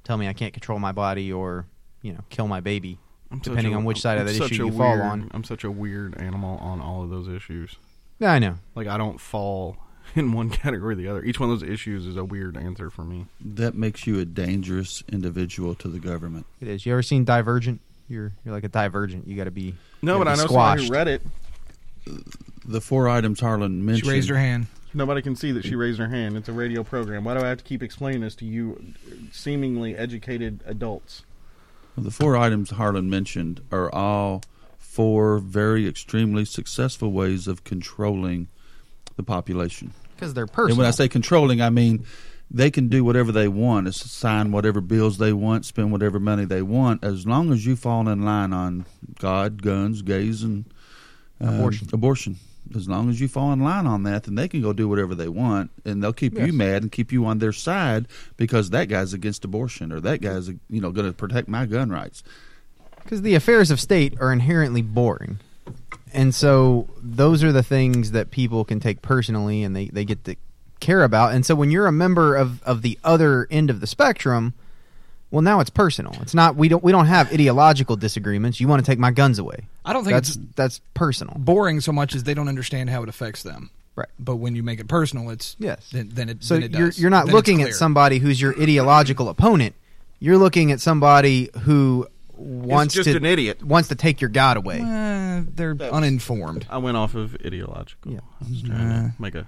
S3: tell me I can't control my body or you know kill my baby.
S1: I'm such
S3: Depending
S1: a-
S3: on which side of
S1: I'm
S3: that
S1: such
S3: issue
S1: a
S3: you fall
S1: weird-
S3: on.
S1: I'm such a weird animal on all of those issues.
S3: Yeah, I know.
S1: Like I don't fall in one category or the other. Each one of those issues is a weird answer for me.
S4: that makes you a dangerous individual to the government.
S3: It is. You ever seen Divergent? You're you're like a divergent. You got to be
S1: No,
S3: you
S1: but I
S3: gotta
S1: know
S3: be squashed.
S1: somebody who read it.
S4: The four items Harlan mentioned.
S2: She raised her hand.
S1: Nobody can see that she raised her hand. It's a radio program. Why do I have to keep explaining this to you, seemingly educated adults?
S4: Well, the four items Harlan mentioned are all four very extremely successful ways of controlling the population.
S3: because they're
S4: And when
S3: personal.
S4: I say controlling, I mean they can do whatever they want, is sign whatever bills they want, spend whatever money they want, as long as you fall in line on God, guns, gays, and uh,
S3: Abortion.
S4: Abortion. As long as you fall in line on that, then they can go do whatever they want, and they'll keep you mad and keep you on their side because that guy's against abortion or that guy's you know going to protect my gun rights.
S3: Because the affairs of state are inherently boring. And so those are the things that people can take personally and they, they get to care about. And so when you're a member of, of the other end of the spectrum, well now it's personal. It's not we don't we don't have ideological disagreements. You want to take my guns away.
S2: I don't think
S3: That's
S2: it's
S3: that's personal.
S2: boring so much as they don't understand how it affects them.
S3: Right.
S2: But when you make it personal, it's
S3: Yes.
S2: Then, then it
S3: So
S2: then it
S3: you're
S2: does.
S3: you're not
S2: Then it's
S3: looking at
S2: clear.
S3: somebody who's your ideological opponent. You're looking at somebody who wants
S1: just
S3: to
S1: an idiot.
S3: wants to take your god away.
S2: Uh, they're uninformed.
S1: I went off of ideological.
S3: Yeah.
S1: I was trying to make a.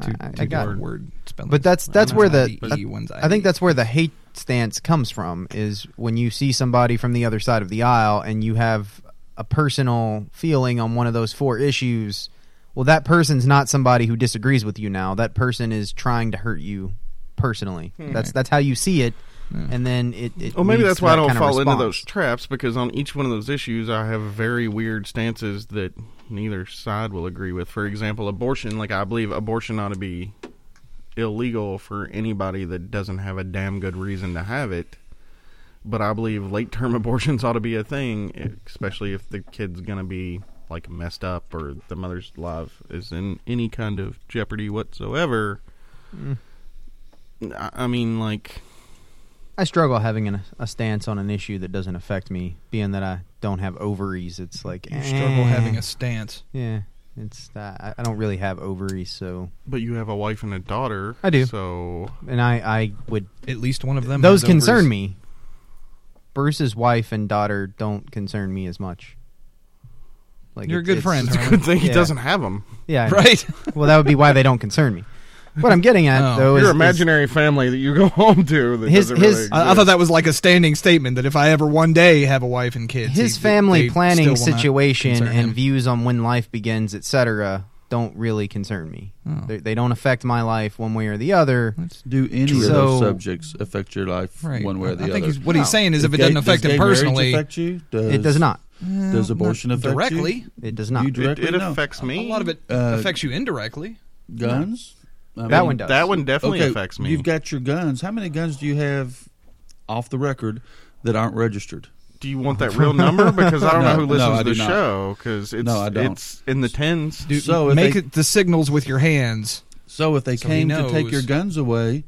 S3: I- I- I got it.
S2: word spelling.
S3: But that's that's
S2: know
S3: where
S2: how
S3: the
S2: the E one's
S3: I think
S2: ID.
S3: that's where the hate stance comes from is when you see somebody from the other side of the aisle and you have a personal feeling on one of those four issues. Well, that person's not somebody who disagrees with you now. That person is trying to hurt you personally. That's that's how you see it, and then it. it
S1: Hmm. Well, maybe
S3: leads
S1: that's
S3: to
S1: why I
S3: that
S1: don't
S3: kind of
S1: fall into
S3: response.
S1: those traps because on each one of those issues, I have very weird stances that neither side will agree with. For example, abortion. Like I believe abortion ought to be illegal for anybody that doesn't have a damn good reason to have it. But I believe late-term abortions ought to be a thing, especially if the kid's gonna be like messed up or the mother's life is in any kind of jeopardy whatsoever.
S3: Mm.
S1: I I mean, like.
S3: I struggle having an, a stance on an issue that doesn't affect me, being that I don't have ovaries. It's like
S2: you struggle having
S3: eh,
S2: a stance.
S3: yeah. It's uh, I, I don't really have ovaries, so
S1: But you have a wife and a daughter.
S3: I do.
S1: So
S3: and I, I would
S2: At least one of them.
S3: those
S2: has ovaries.
S3: concern me. Bruce's wife and daughter don't concern me as much. Like
S2: You're a
S3: it's-
S2: good
S3: it's-
S2: friend,
S1: it's a good thing he
S3: Yeah.
S1: doesn't have them.
S3: yeah. I know.
S2: right?
S3: well, that would be why they don't concern me. What I'm getting at
S2: Oh.
S3: though is
S1: Your
S3: is-
S1: imaginary family that you go home to. That
S3: His-
S1: doesn't
S3: his-
S1: really
S2: I, I thought that was like a standing statement that if I ever one day have a wife and kids,
S3: his
S2: he-
S3: family
S2: they
S3: planning
S2: still will not
S3: situation
S2: concern
S3: and
S2: him.
S3: views on when life begins, etc., don't really concern me.
S2: Oh.
S3: They, they don't affect my life one way or the other.
S4: Do any of
S3: So-
S4: those subjects affect your life
S2: Right.
S4: one way or the
S2: I
S4: other?
S2: think he's- what he's
S3: No.
S2: saying is
S4: Does
S2: if it
S4: gay-
S2: doesn't affect
S4: does
S2: him
S4: gay marriage
S2: personally, Uh,
S4: affect you?
S3: It does not.
S4: Does abortion affect you?
S2: directly.
S3: It does not.
S4: You do-
S1: it, it
S4: directly, no.
S1: affects
S2: A
S1: me.
S2: lot of it
S4: Uh,
S2: affects you indirectly.
S4: Guns. I
S3: that
S4: mean,
S3: one does.
S1: That one definitely
S4: okay,
S1: affects me.
S4: You've got your guns. How many guns do you have off the record that aren't registered?
S1: do you want that real number? Because I don't
S4: No,
S1: know who
S4: no,
S1: listens
S4: I
S1: to the
S4: do not.
S1: show. Because it's
S4: No, I don't.
S1: it's in the tens.
S2: Dude,
S4: So if
S2: make
S4: they-
S2: it the signals with your hands.
S4: So if they
S2: So he
S4: came to take
S2: knows.
S4: your guns away,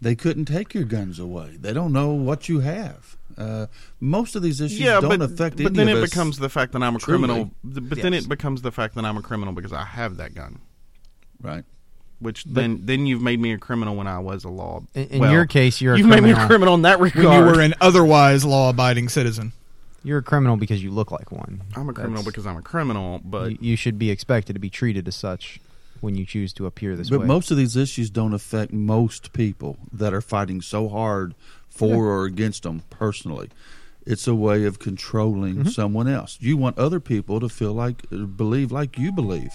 S4: they couldn't take your guns away. They don't know what you have. Uh, most of these issues
S1: yeah,
S4: don't
S1: but,
S4: affect
S1: but
S4: any
S1: then
S4: of
S1: it
S4: us.
S1: becomes the fact that I'm a
S4: truly.
S1: criminal. th- But then
S3: Yes.
S1: it becomes the fact that I'm a criminal because I have that gun.
S4: right.
S1: Which then then you've made me a criminal when I was a law.
S3: In- in
S1: well,
S3: your case, you're a
S1: you've made me a
S3: criminal.
S1: criminal in that regard.
S2: When you were an otherwise law-abiding citizen.
S3: You're a criminal because you look like one.
S1: I'm a criminal
S3: That's-
S1: because I'm a criminal, but
S3: you, you should be expected to be treated as such when you choose to appear this
S4: But
S3: way.
S4: most of these issues don't affect most people that are fighting so hard for or against them personally. It's a way of controlling
S1: Mm-hmm.
S4: someone else. You want other people to feel like uh, believe like you believe.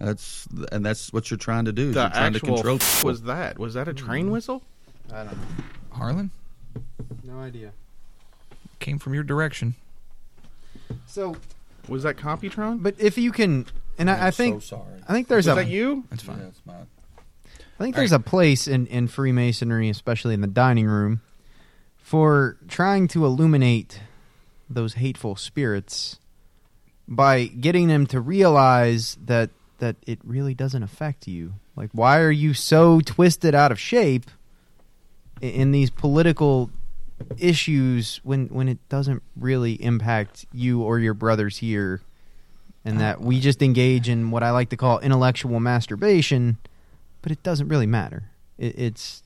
S4: That's and that's what you're trying to do.
S1: the
S4: you're trying to
S1: actual
S4: control
S1: f-
S4: people.
S1: was that was that a train whistle?
S3: I don't
S2: Harlan
S3: know. No idea.
S2: came from your direction.
S3: So,
S1: Was that Computron?
S3: but if you can, and I, I think,
S4: so sorry.
S3: I think there's
S1: was
S3: a,
S1: that you?
S2: That's fine.
S4: That's my
S3: I think there's a place in, in Freemasonry, especially in the dining room, for trying to illuminate those hateful spirits by getting them to realize that that it really doesn't affect you. Like, why are you so twisted out of shape i- in these political issues when when it doesn't really impact you or your brothers here? And that we just engage in what I like to call intellectual masturbation but it doesn't really matter. It, it's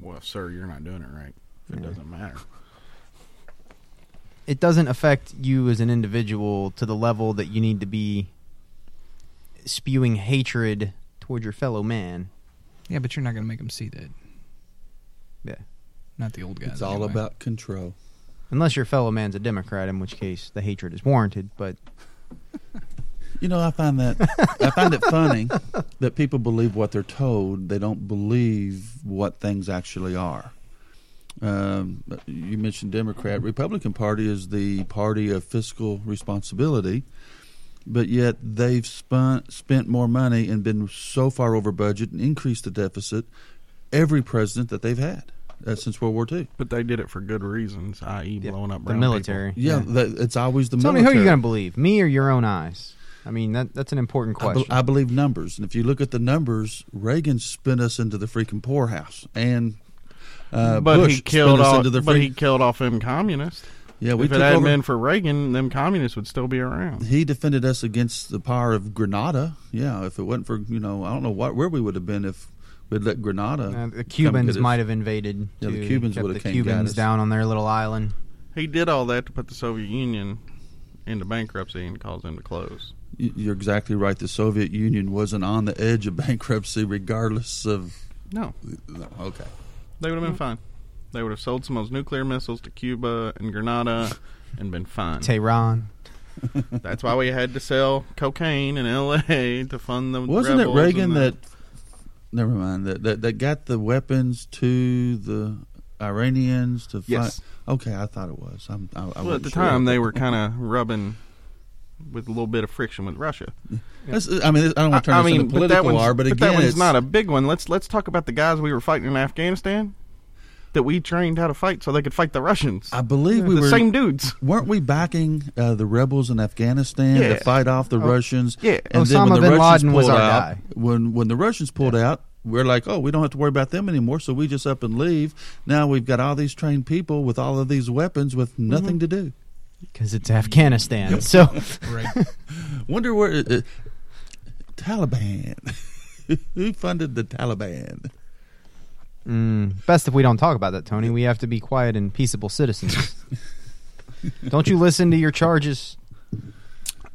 S1: Well, sir, you're not doing it right. It doesn't matter.
S3: it doesn't affect you as an individual to the level that you need to be spewing hatred toward your fellow man.
S2: Yeah, but you're not going to make him see that.
S3: Yeah.
S2: Not the old guys.
S4: It's all
S2: anyway.
S4: about control.
S3: Unless your fellow man's a Democrat, in which case the hatred is warranted. But
S4: You know, I find that I find it funny that people believe what they're told. They don't believe what things actually are. Um, you mentioned Democrat, Republican Party is the party of fiscal responsibility, but yet they've spent spent more money and been so far over budget and increased the deficit every president that they've had uh, since World War II.
S1: But they did it for good reasons, i.e.,
S3: yeah,
S1: blowing up
S3: the
S1: brown
S3: military.
S4: Yeah, that- it's always the
S3: Tell me who
S4: military.
S3: you're going to believe, me or your own eyes? I mean, that that's an important
S4: I, be-
S3: question.
S4: I believe numbers, and if you look at the numbers, Reagan spent us into the freaking poorhouse, and uh,
S1: people. But
S4: Bush
S1: he killed
S4: spent us
S1: off.
S4: into the
S1: but he
S4: freaking.
S1: killed off them communists.
S4: Yeah, we
S1: if
S4: took
S1: it hadn't
S4: over.
S1: been for Reagan, them communists would still be around.
S4: He defended us against the power of Grenada. Yeah, if it wasn't for you know, I don't know what where we would have been if we'd let Grenada.
S3: Uh, the
S4: come
S3: Cubans
S4: get us.
S3: might have invaded.
S4: Yeah, the
S3: too,
S4: Cubans
S3: kept
S4: would've
S3: the
S4: came got
S3: Cubans
S4: us.
S3: down on their little island.
S1: He did all that to put the Soviet Union into bankruptcy and cause them to close.
S4: You- You're exactly right. The Soviet Union wasn't on the edge of bankruptcy, regardless of.
S1: No,
S4: Okay.
S1: they would have been fine. They would have sold some of those nuclear missiles to Cuba and Grenada and been fine.
S3: Tehran.
S1: That's why we had to sell cocaine in L.A. to fund the.
S4: Wasn't it
S1: rebels and
S4: Reagan
S1: the-
S4: that? Never mind. That, that that got the weapons to the Iranians to fight.
S1: Yes.
S4: Okay, I thought it was. I'm, I, I
S1: Well, at
S4: wasn't
S1: the
S4: sure.
S1: time, they were kind of rubbing with a little bit of friction with Russia.
S4: That's- I mean, I don't want to turn
S1: I
S4: this
S1: mean,
S4: into
S1: but that
S4: political
S1: one's,
S4: war, but again,
S1: that one's
S4: it's,
S1: not a big one. Let's let's talk about the guys we were fighting in Afghanistan that we trained how to fight so they could fight the Russians.
S4: I believe we
S1: the
S4: were
S1: same dudes.
S4: Weren't we backing uh, the rebels in Afghanistan
S1: Yeah. Oh,
S4: to fight off the Russians?
S1: yeah.
S4: and
S3: Osama
S4: then when the
S3: bin
S4: Russians
S3: Laden was
S4: pulled
S3: our
S4: out,
S3: guy.
S4: When when the Russians pulled out, we're like, oh, we don't have to worry about them anymore. So we just up and leave. Now we've got all these trained people with all of these weapons with
S1: Mm-hmm.
S4: nothing to do.
S3: Because it's Afghanistan. So
S2: Right.
S4: Wonder where uh, uh, Taliban. Who funded the Taliban?
S3: Mm, best if we don't talk about that, Tony. We have to be quiet and peaceable citizens. don't you listen to your charges?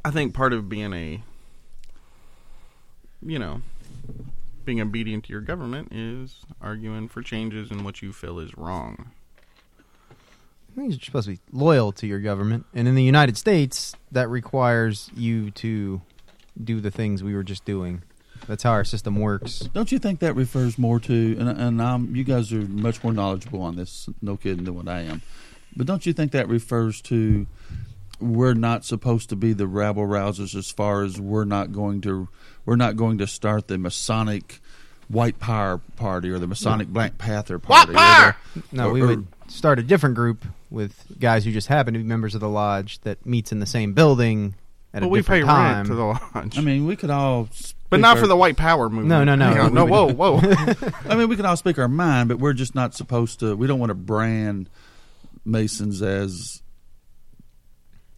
S1: I think part of being a, you know, being obedient to your government is arguing for changes in what you feel is wrong.
S3: I think you're supposed to be loyal to your government, and in the United States, that requires you to do the things we were just doing. That's how our system works.
S4: Don't you think that refers more to and and um, you guys are much more knowledgeable on this, no kidding, than what I am. But don't you think that refers to we're not supposed to be the rabble rousers as far as we're not going to we're not going to start the Masonic White Power Party or the Masonic Black Panther Party. or the-
S3: No,
S4: or-
S3: we
S1: er
S4: or-
S3: would start a different group with guys who just happen to be members of the lodge that meets in the same building at
S1: but
S3: a
S1: we pay
S3: different time.
S1: rent to the lodge.
S4: I mean, we could all,
S1: but
S4: speak
S1: not
S4: our-
S1: for the white power movement.
S3: No, no, no.
S1: You know,
S3: We
S1: no,
S3: would-
S1: whoa, whoa.
S4: I mean, we can all speak our mind, but we're just not supposed to. We don't want to brand Masons as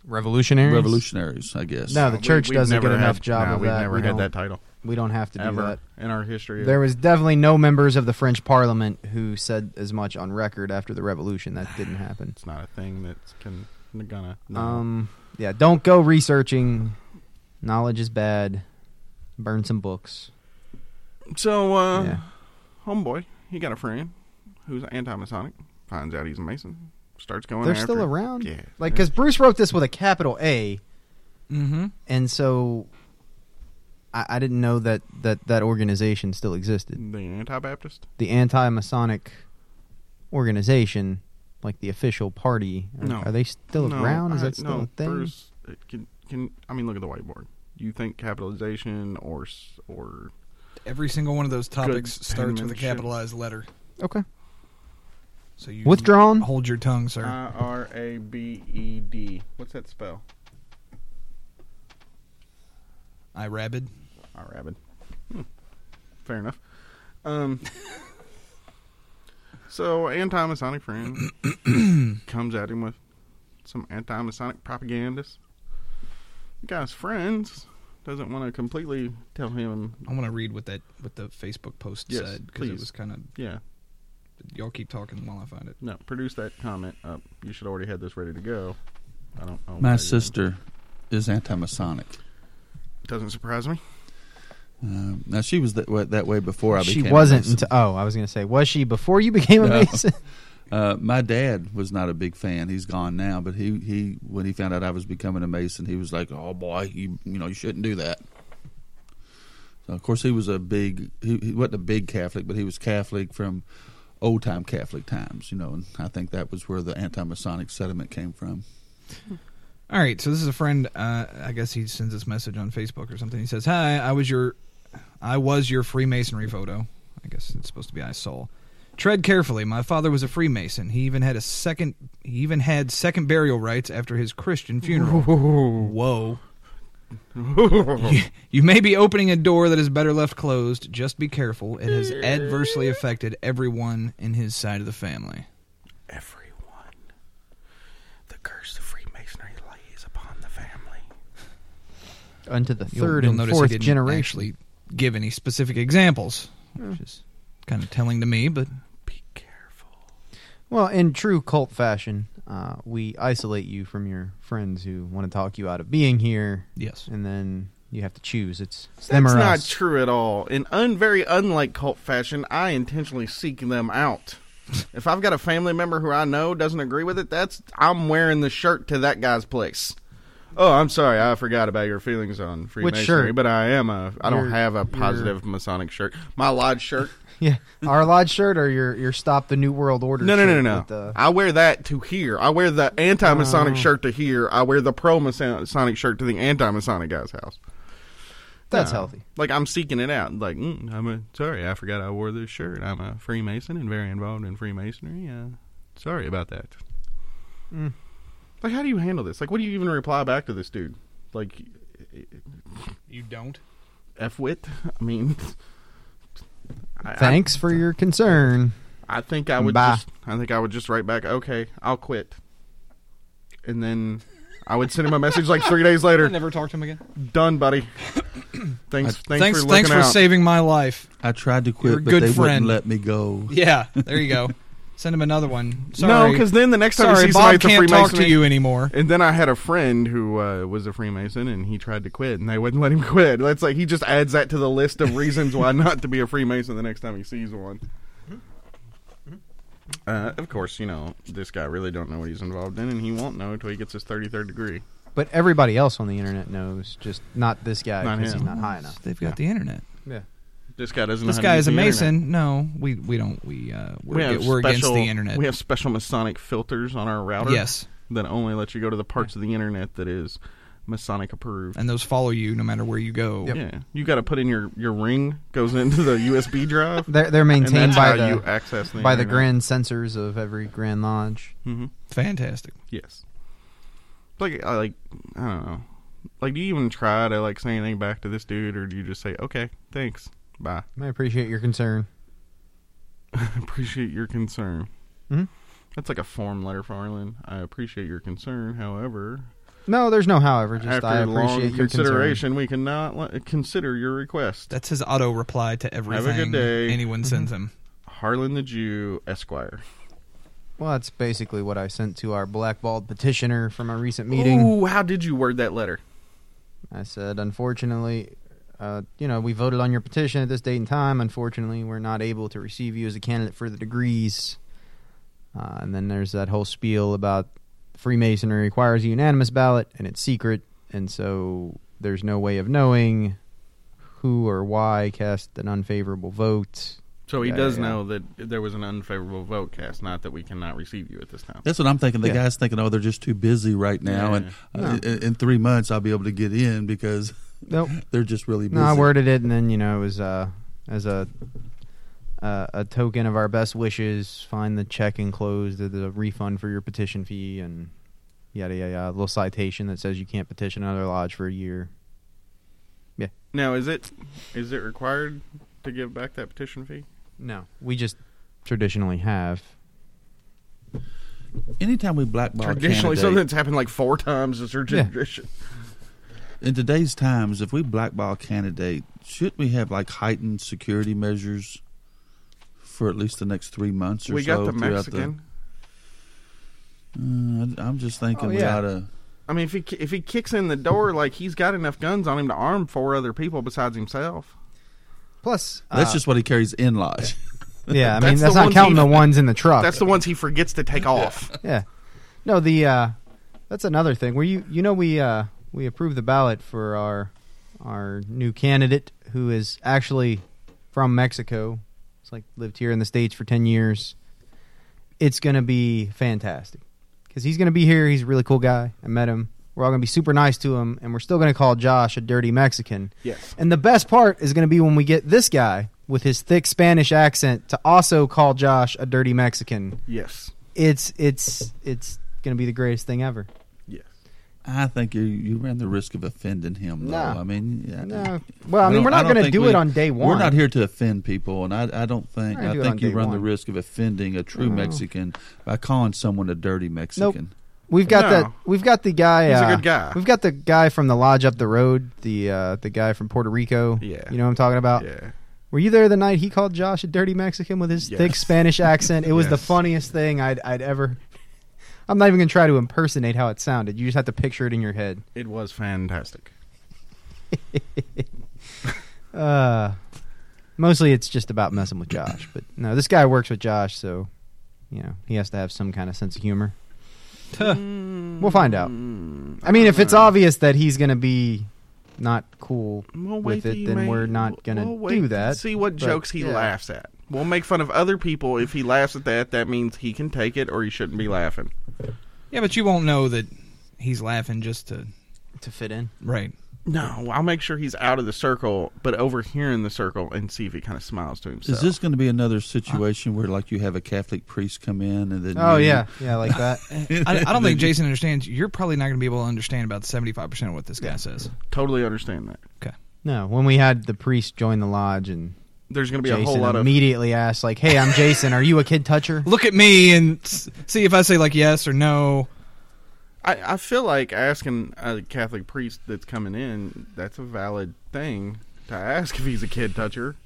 S3: Revolutionaries.
S4: revolutionaries. I guess.
S3: No, the church
S1: We- we've
S3: does a
S1: never
S3: good enough
S1: had-
S3: job
S1: no,
S3: of
S1: we've
S3: that.
S1: never
S3: we
S1: had
S3: don't,
S1: that title
S3: We don't have to do
S1: ever
S3: that.
S1: in our history.
S3: There was definitely no members of the French Parliament who said as much on record after the revolution. That didn't happen.
S1: it's not a thing that's can gonna. no.
S3: Um, yeah, don't go researching. Knowledge is bad. Burn some books.
S1: so, uh,
S3: yeah.
S1: homeboy, he got a friend who's anti-Masonic. Finds out he's a Mason. Starts going.
S3: They're
S1: after
S3: still
S1: him.
S3: around?
S1: Yeah,
S3: Like, because Bruce wrote this with a capital A,
S2: Mm-hmm.
S3: and so I, I didn't know that, that that organization still existed.
S1: the anti-Baptist.
S3: The anti Masonic organization, like the official party, are,
S1: No.
S3: are they still
S1: No,
S3: around? Is
S1: I-
S3: that still
S1: no,
S3: a thing?
S1: Bruce, it can, can I mean, look at the whiteboard. You think capitalization or s- or
S2: Every single one of those topics starts with a
S1: penmanship.
S2: capitalized letter.
S3: Okay.
S2: So you
S3: Withdrawn?
S2: Hold your tongue, sir.
S1: I R A B E D? What's that spell?
S2: I rabid.
S1: I rabid. Hmm. Fair enough. Um. so anti-Masonic friend comes at him with some anti-Masonic propagandists. Guy's friends doesn't want to completely tell him.
S2: I want to read what that what the Facebook post
S1: Yes,
S2: said because it
S1: please.
S2: was kind of
S1: Yeah,
S2: y'all keep talking while I find it.
S1: no. Produce that comment up. You should already have this ready to go. I don't. know.
S4: my sister is anti-Masonic.
S1: doesn't surprise me.
S4: Um, now she was that way, that way before I
S3: she
S4: became. a
S3: wasn't.
S4: Mason.
S3: Until, oh, I was going to say, was she before you became a
S4: No.
S3: Mason?
S4: Uh, my dad was not a big fan. He's gone now, but he, he when he found out I was becoming a Mason, he was like, "Oh boy, you you know you shouldn't do that." So of course he was a big he, he wasn't a big Catholic, but he was Catholic from old time Catholic times, you know, and I think that was where the anti Masonic sediment came from.
S2: All right, so this is a friend. Uh, I guess he sends this message on Facebook or something. He says, "Hi, I was your, I was your Freemasonry photo. I guess it's supposed to be I saw. Tread carefully. My father was a Freemason. He even had a second. He even had second burial rites after his Christian funeral. Whoa." you, you may be opening a door that is better left closed. Just be careful. It has adversely affected everyone in his side of the family.
S1: everyone. The curse of Freemasonry lays upon the family.
S3: Unto the
S2: You'll-
S3: 3rd
S2: you'll
S3: and
S2: notice
S3: fourth
S2: he didn't
S3: generation.
S2: Actually, Hmm. give any specific examples, which is kind of telling to me. But
S1: Be careful.
S3: Well, in true cult fashion, uh, we isolate you from your friends who want to talk you out of being here,
S2: yes,
S3: and then you have to choose. It's, it's them
S1: That's
S3: or
S1: not
S3: us.
S1: true at all. In un very unlike cult fashion, I intentionally seek them out. if I've got a family member who I know doesn't agree with it, that's I'm wearing the shirt to that guy's place. Oh, I'm sorry, I forgot about your feelings on Freemasonry,
S3: shirt?
S1: but I am a I don't
S3: Your-
S1: have a
S3: your-
S1: positive Masonic shirt. My lodge shirt.
S3: Yeah, our lodge shirt or your your stop the new world order.
S1: No, no,
S3: shirt
S1: no, no, no.
S3: with the- Oh.
S1: I wear that to here. I wear the anti-Masonic shirt to here. I wear the pro-Masonic shirt to the anti-Masonic guy's house.
S3: that's
S1: Yeah.
S3: healthy.
S1: Like I'm seeking it out. Like mm, I'm a sorry, I forgot I wore this shirt. I'm a Freemason and very involved in Freemasonry. Uh, sorry about that.
S3: Mm.
S1: Like, how do you handle this? Like, what do you even reply back to this dude? Like,
S2: you don't.
S1: f wit. I mean, I- I-
S3: Thanks for your concern.
S1: I think I would
S3: Bye.
S1: just I think I would just write back, okay, I'll quit. And then I would send him a message like three days
S2: I
S1: later.
S2: never talked to him again.
S1: Done, buddy. Thanks, thanks,
S2: Uh, Thanks,
S1: for looking
S2: thanks for
S1: out.
S2: saving my life.
S4: I tried to
S2: You're a
S4: quit, but
S2: good
S4: they
S2: friend.
S4: wouldn't let me go.
S2: Yeah, there you go. Send him another one.
S1: No,
S2: Sorry.
S1: because then the next time he
S2: sorry,
S1: sees
S2: Bob
S1: somebody
S2: can't
S1: at the
S2: talk
S1: Freemason,
S2: to you anymore.
S1: And then I had a friend who uh, was a Freemason, and he tried to quit, and they wouldn't let him quit. That's like he just adds that to the list of reasons why not to be a Freemason the next time he sees one. Uh, of course, you know this guy really don't know what he's involved in, and he won't know until he gets his thirty third degree.
S3: But everybody else on the internet knows, just not this guy
S1: Not
S3: because he's
S1: him.
S3: not high enough.
S2: They've got the internet.
S3: Yeah.
S1: This guy doesn't.
S2: This
S1: know how to
S2: guy
S1: use
S2: is a
S1: the internet.
S2: Mason. No, we we don't. We uh, we're,
S1: We have
S2: we're against
S1: special-
S2: the internet.
S1: We have special Masonic filters on our router.
S2: yes,
S1: that only let you go to the parts of the internet that is Masonic approved.
S2: and those follow you no matter where you go.
S1: Yeah, you got to put in your your ring goes into the USB drive.
S3: They're, they're
S1: and
S3: maintained
S1: that's
S3: by
S1: how
S3: the
S1: you access the
S3: by the
S1: internet.
S3: grand censors of every grand lodge.
S1: hmm
S2: Fantastic.
S1: Yes. Like I like I don't know. Like, do you even try to like say anything back to this dude, or do you just say okay, thanks, bye?
S3: I appreciate your concern.
S1: appreciate your concern.
S3: Mhm.
S1: That's like a form letter, Farland. I appreciate your concern. However,
S3: No, there's no however. Just
S1: after
S3: I appreciate
S1: long
S3: your
S1: consideration, we cannot li- consider your request.
S2: That's his auto reply to everything
S1: day. Mm-hmm.
S2: anyone sends him.
S1: Harlan the Jew, Esquire.
S3: Concern. Well, that's basically what I sent to our blackballed petitioner from a recent meeting.
S1: Ooh, how did you word that letter?
S3: I said, unfortunately, uh, you know, we voted on your petition at this date and time. Unfortunately, we're not able to receive you as a candidate for the degrees. Uh, and then there's that whole spiel about Freemasonry requires a unanimous ballot and it's secret, and so there's no way of knowing who or why cast an unfavorable vote.
S1: So he
S3: Yeah,
S1: does
S3: yeah.
S1: know that there was an unfavorable vote cast, not that we cannot receive you at this time.
S4: That's what I'm thinking. The
S3: Yeah.
S4: guy's thinking, oh, they're just too busy right now,
S1: Yeah.
S4: and uh, in, in three months I'll be able to get in because
S3: Nope.
S4: they're just really busy.
S3: No, I worded it, and then you know it was uh, as a uh, a token of our best wishes. Find the check enclosed, the, the refund for your petition fee, and yada yada yada. A little citation that says you can't petition another lodge for a year.
S1: Now, is it is it required to give back that petition fee?
S3: No, we just traditionally have.
S4: Anytime we blackball a
S1: Traditionally,
S4: candidate-
S1: something that's happened like four times is our
S3: Yeah.
S1: tradition.
S4: in today's times, if we blackball a candidate, should we have like heightened security measures for at least the next three months or
S1: We
S4: so?
S1: got the
S4: throughout
S1: Mexican.
S4: Mm, I- I'm just thinking
S3: Oh,
S4: we
S3: yeah.
S4: ought to.
S1: I mean, if he ki- if he kicks in the door, like he's got enough guns on him to arm four other people besides himself.
S3: Plus,
S4: That's
S3: uh,
S4: just what he carries in lodge.
S3: yeah. I
S1: that's
S3: mean, that's
S1: the
S3: not
S1: ones
S3: counting
S1: he-
S3: the ones in the truck.
S1: That's the ones he forgets to take off.
S3: Yeah. No, the uh that's another thing. Where you you know we uh we approved the ballot for our our new candidate who is actually from Mexico. It's like lived here in the states for 10 years. It's going to be fantastic. Cuz he's going to be here. He's a really cool guy. I met him. We're all going to be super nice to him and we're still going to call Josh a dirty Mexican.
S1: Yes.
S3: And the best part is going to be when we get this guy with his thick Spanish accent to also call Josh a dirty Mexican
S1: Yes.
S3: it's it's it's gonna be the greatest thing ever.
S1: Yes.
S4: I think you you ran the risk of offending him. Though.
S3: No.
S4: I mean, yeah,
S3: No, well, I mean,
S4: don't-
S3: we're not
S4: don't
S3: gonna
S4: think
S3: do
S4: we-
S3: it on day one.
S4: We're not here to offend people, and I, I don't think
S3: We're gonna
S4: I
S3: do it on
S4: think you
S3: day
S4: run the
S3: one. Mm.
S4: risk of offending a true
S3: No.
S4: Mexican by calling someone a dirty Mexican.
S3: We've got
S1: No.
S3: that. We've got the guy.
S1: He's a
S3: uh,
S1: good guy.
S3: We've got the guy from the lodge up the road. The uh, the guy from Puerto Rico.
S1: Yeah.
S3: you know what I'm talking about.
S1: Yeah.
S3: Were you there the night he called Josh a dirty Mexican with his
S1: Yes.
S3: thick Spanish accent? It was the
S1: Yes.
S3: funniest thing I'd I'd ever. I'm not even gonna try to impersonate how it sounded. You just have to picture it in your head.
S1: It was fantastic.
S3: Uh, mostly it's just about messing with Josh, but no, this guy works with Josh, so you know he has to have some kind of sense of humor. We'll find out.
S1: Mm,
S3: I mean, if it's obvious that he's going to be not cool,
S1: We'll
S3: with
S1: till
S3: it,
S1: you
S3: then we're not gonna
S1: we'll
S3: do
S1: wait
S3: that,
S1: and See what
S3: but,
S1: jokes he
S3: yeah.
S1: laughs at. We'll make fun of other people if he laughs at that. That means he can take it, or he shouldn't be laughing.
S2: Yeah, but you won't know that he's laughing just to
S3: to fit in,
S2: right.
S1: No, I'll make sure he's out of the circle, but over here in the circle, and see if he kind of smiles to himself.
S4: Is this going to be another
S1: Uh.
S4: situation where like you have a Catholic priest come in and then?
S3: oh
S1: Mm-hmm.
S4: you-
S3: yeah, yeah, like that.
S2: I, I don't think Jason understands. You're probably not going to be able to understand about seventy five percent of what this guy says.
S1: totally understand that?
S3: no, when we had the priest join the lodge and
S1: There's going to be a whole
S3: Jason
S1: lot of
S3: immediately asked, like, "Hey, I'm Jason. Are you a kid toucher?"
S2: Look at me and s- see if I say like yes or no.
S1: I, I feel like asking a Catholic priest that's coming in, that's a valid thing to ask if he's a kid toucher.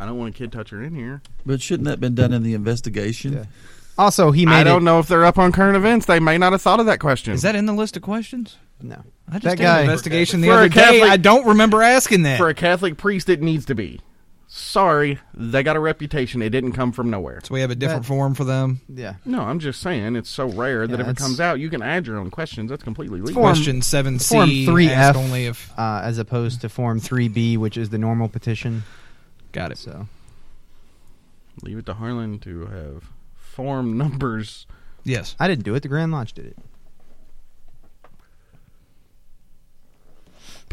S1: I don't want a kid toucher in here.
S4: But shouldn't that have been done in the investigation?
S3: Yeah. Also, he made
S1: I don't
S3: it,
S1: know if they're up on current events. They may not have thought of that question.
S2: Is that in the list of questions?
S3: No.
S2: I just
S3: That
S2: did
S3: guy-
S2: an investigation the
S1: For a
S2: other day.
S1: Catholic-
S2: I don't remember asking that.
S1: for a Catholic priest? It needs to be. Sorry, they got a reputation. It didn't come from nowhere.
S2: so we have a different form for them.
S3: Yeah.
S1: No, I'm just saying it's so rare that
S3: Yeah,
S1: if it
S3: it's-
S1: comes out, you can add your own questions. That's completely legal.
S3: Form-
S2: Question seven
S3: Form
S2: C.
S3: 3F
S2: Ask only if
S3: uh, as opposed to Form 3B, which is the normal petition.
S2: got it.
S3: So
S1: Leave it to Harlan to have form numbers.
S2: Yes.
S3: I didn't do it. The Grand Lodge did it.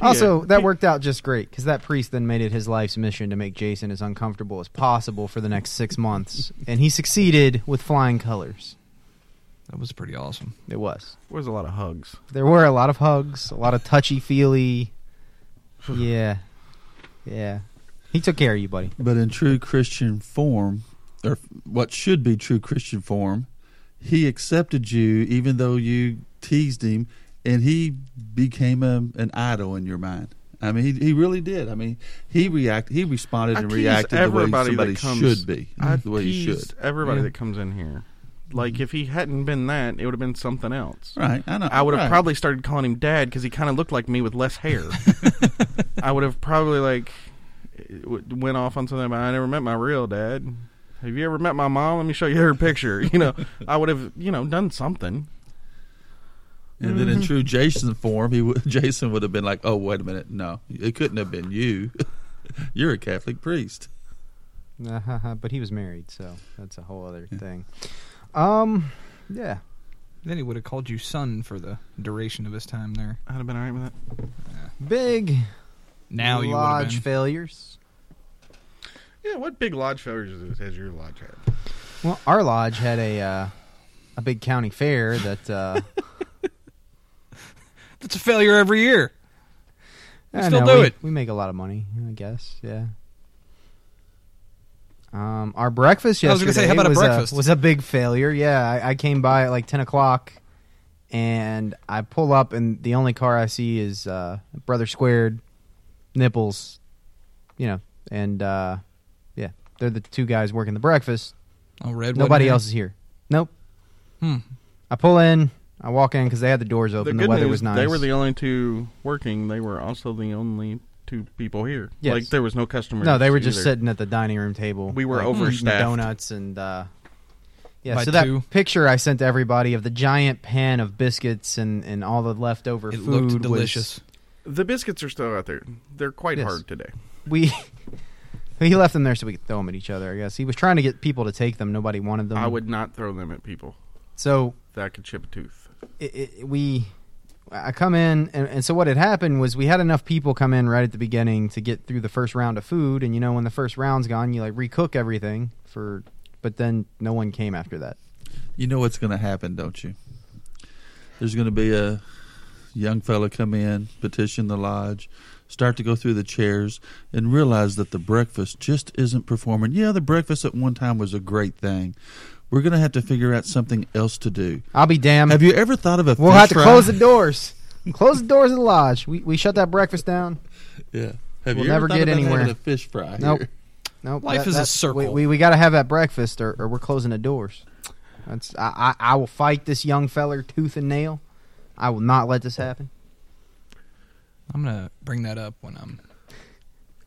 S3: Also,
S1: Yeah.
S3: that worked out just great because that priest then made it his life's mission to make Jason as uncomfortable as possible for the next six months, and he succeeded with flying colors.
S2: That was pretty awesome.
S3: It was.
S1: There's a lot of hugs.
S3: There were a lot of hugs, a lot of touchy feely. Yeah, yeah. He took care of you, buddy.
S4: But in true Christian form, or what should be true Christian form, he accepted you even though you teased him, and he became a, an idol in your mind. I mean, he, he really did. I mean, he react he responded
S1: I
S4: and
S1: tease
S4: reacted the way
S1: everybody
S4: somebody
S1: that comes-
S4: should be,
S1: I
S4: the way he
S1: teased
S4: should.
S1: Everybody
S4: Yeah.
S1: that comes in here, like if he hadn't been that, it would have been something else.
S4: Right? I know.
S1: I would have
S4: right.
S1: probably started calling him dad because he kind of looked like me with less hair. I would have probably like w- went off on something about I never met my real dad. Have you ever met my mom? Let me show you her picture. You know, I would have you know done something.
S4: And then in true Jason form, he would, Jason would have been like, "Oh, wait a minute, no, it couldn't have been you. You're a Catholic priest."
S3: Uh-huh, but he was married, so that's a whole other thing. Um, yeah.
S2: Then he would have called you son for the duration of his time there.
S1: I'd have been alright with that.
S3: Big
S2: Now you would have
S3: lodge
S2: been.
S3: failures.
S1: Yeah, what big lodge failures has your lodge had?
S3: Well, our lodge had a uh, a big county fair that uh,
S2: That's a failure every year. We
S3: I
S2: still
S3: know,
S2: do
S3: we-
S2: it.
S3: We make a lot of money, I guess. Yeah. Um, our breakfast
S2: I
S3: yesterday
S2: was gonna say, how about a
S3: was,
S2: breakfast?
S3: was a big failure. Yeah, I, I came by at like ten o'clock, and I pull up, and the only car I see is uh, Brother Squared, Nipples, you know, and uh, yeah, they're the two guys working the breakfast.
S2: Oh, red. wasn't
S3: Nobody
S2: here.
S3: else is here. Nope.
S2: Hmm.
S3: I pull in. I walk in because they had the doors
S1: The
S3: open. The,
S1: good
S3: weather
S1: news,
S3: was nice.
S1: they were the only two working. They were also the only two people here.
S3: Yes.
S1: Like there was no customers.
S3: No, they were just
S1: either.
S3: sitting at the dining room table.
S1: We were
S3: like, eating
S1: overstaffed.
S3: Donuts and uh, yeah.
S2: By
S3: so that
S2: two.
S3: picture I sent to everybody of the giant pan of biscuits and, and all the leftover
S2: It
S3: food
S2: looked delicious.
S1: The biscuits are still out there. They're quite
S3: Yes.
S1: hard today.
S3: Was, we he left them there so we could throw them at each other. I guess he was trying to get people to take them. Nobody wanted them.
S1: I would not throw them at people.
S3: So
S1: That could chip a tooth.
S3: it, it, we I come in and, and so what had happened was we had enough people come in right at the beginning to get through the first round of food and you know when the first round's gone you like recook everything for but then no one came after that.
S4: You know what's going to happen, don't you? There's going to be a young fella come in, petition the lodge, start to go through the chairs, and realize that the breakfast just isn't performing. Yeah, the breakfast at one time was a great thing. We're going to have to figure out something else to do.
S3: I'll be damned.
S4: Have you ever thought of a?
S3: We'll
S4: fish
S3: have to
S4: fry?
S3: close the doors. Close the doors of the lodge. We we shut that breakfast down.
S4: Yeah. Have
S3: We'll
S4: you
S3: never
S4: ever thought
S3: get
S4: about
S3: anywhere.
S4: having a fish fry?
S3: Nope.
S4: here?
S3: Nope.
S2: Life
S3: that-
S2: is a
S3: that-
S2: circle.
S3: We we, we got to have that breakfast, or, or we're closing the doors. That's I, I I will fight this young feller tooth and nail. I will not let this happen.
S2: I'm gonna bring that up when I'm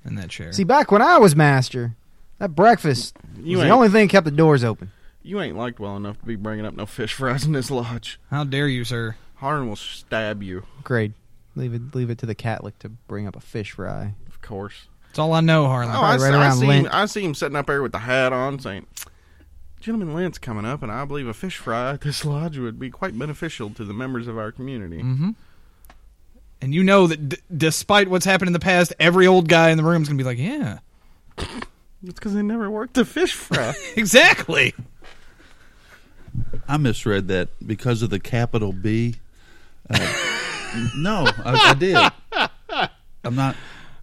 S2: in that chair.
S3: See, back when I was master, that breakfast
S1: You
S3: was
S1: ain't,
S3: the only thing that kept the doors open.
S1: you ain't liked well enough to be bringing up no fish fries in this lodge.
S2: How dare you, sir?
S1: Harn will stab you,
S3: Grade. Leave it leave it to the Catholic to bring up a fish fry.
S1: of course.
S2: It's all I know, Harlan.
S1: Oh, I,
S3: Uh, right
S1: see- I
S3: around
S1: see him,
S3: Lent.
S1: I see him sitting up there with the hat on saying, Gentlemen, Lent's coming up, and I believe a fish fry at this lodge would be quite beneficial to the members of our community.
S2: Mm-hmm. And you know that d- despite what's happened in the past, every old guy in the room's gonna be like, "Yeah,
S1: It's because they never worked a fish fry.
S2: exactly."
S4: I misread that because of the capital B. Uh, no, I, I did. I'm not.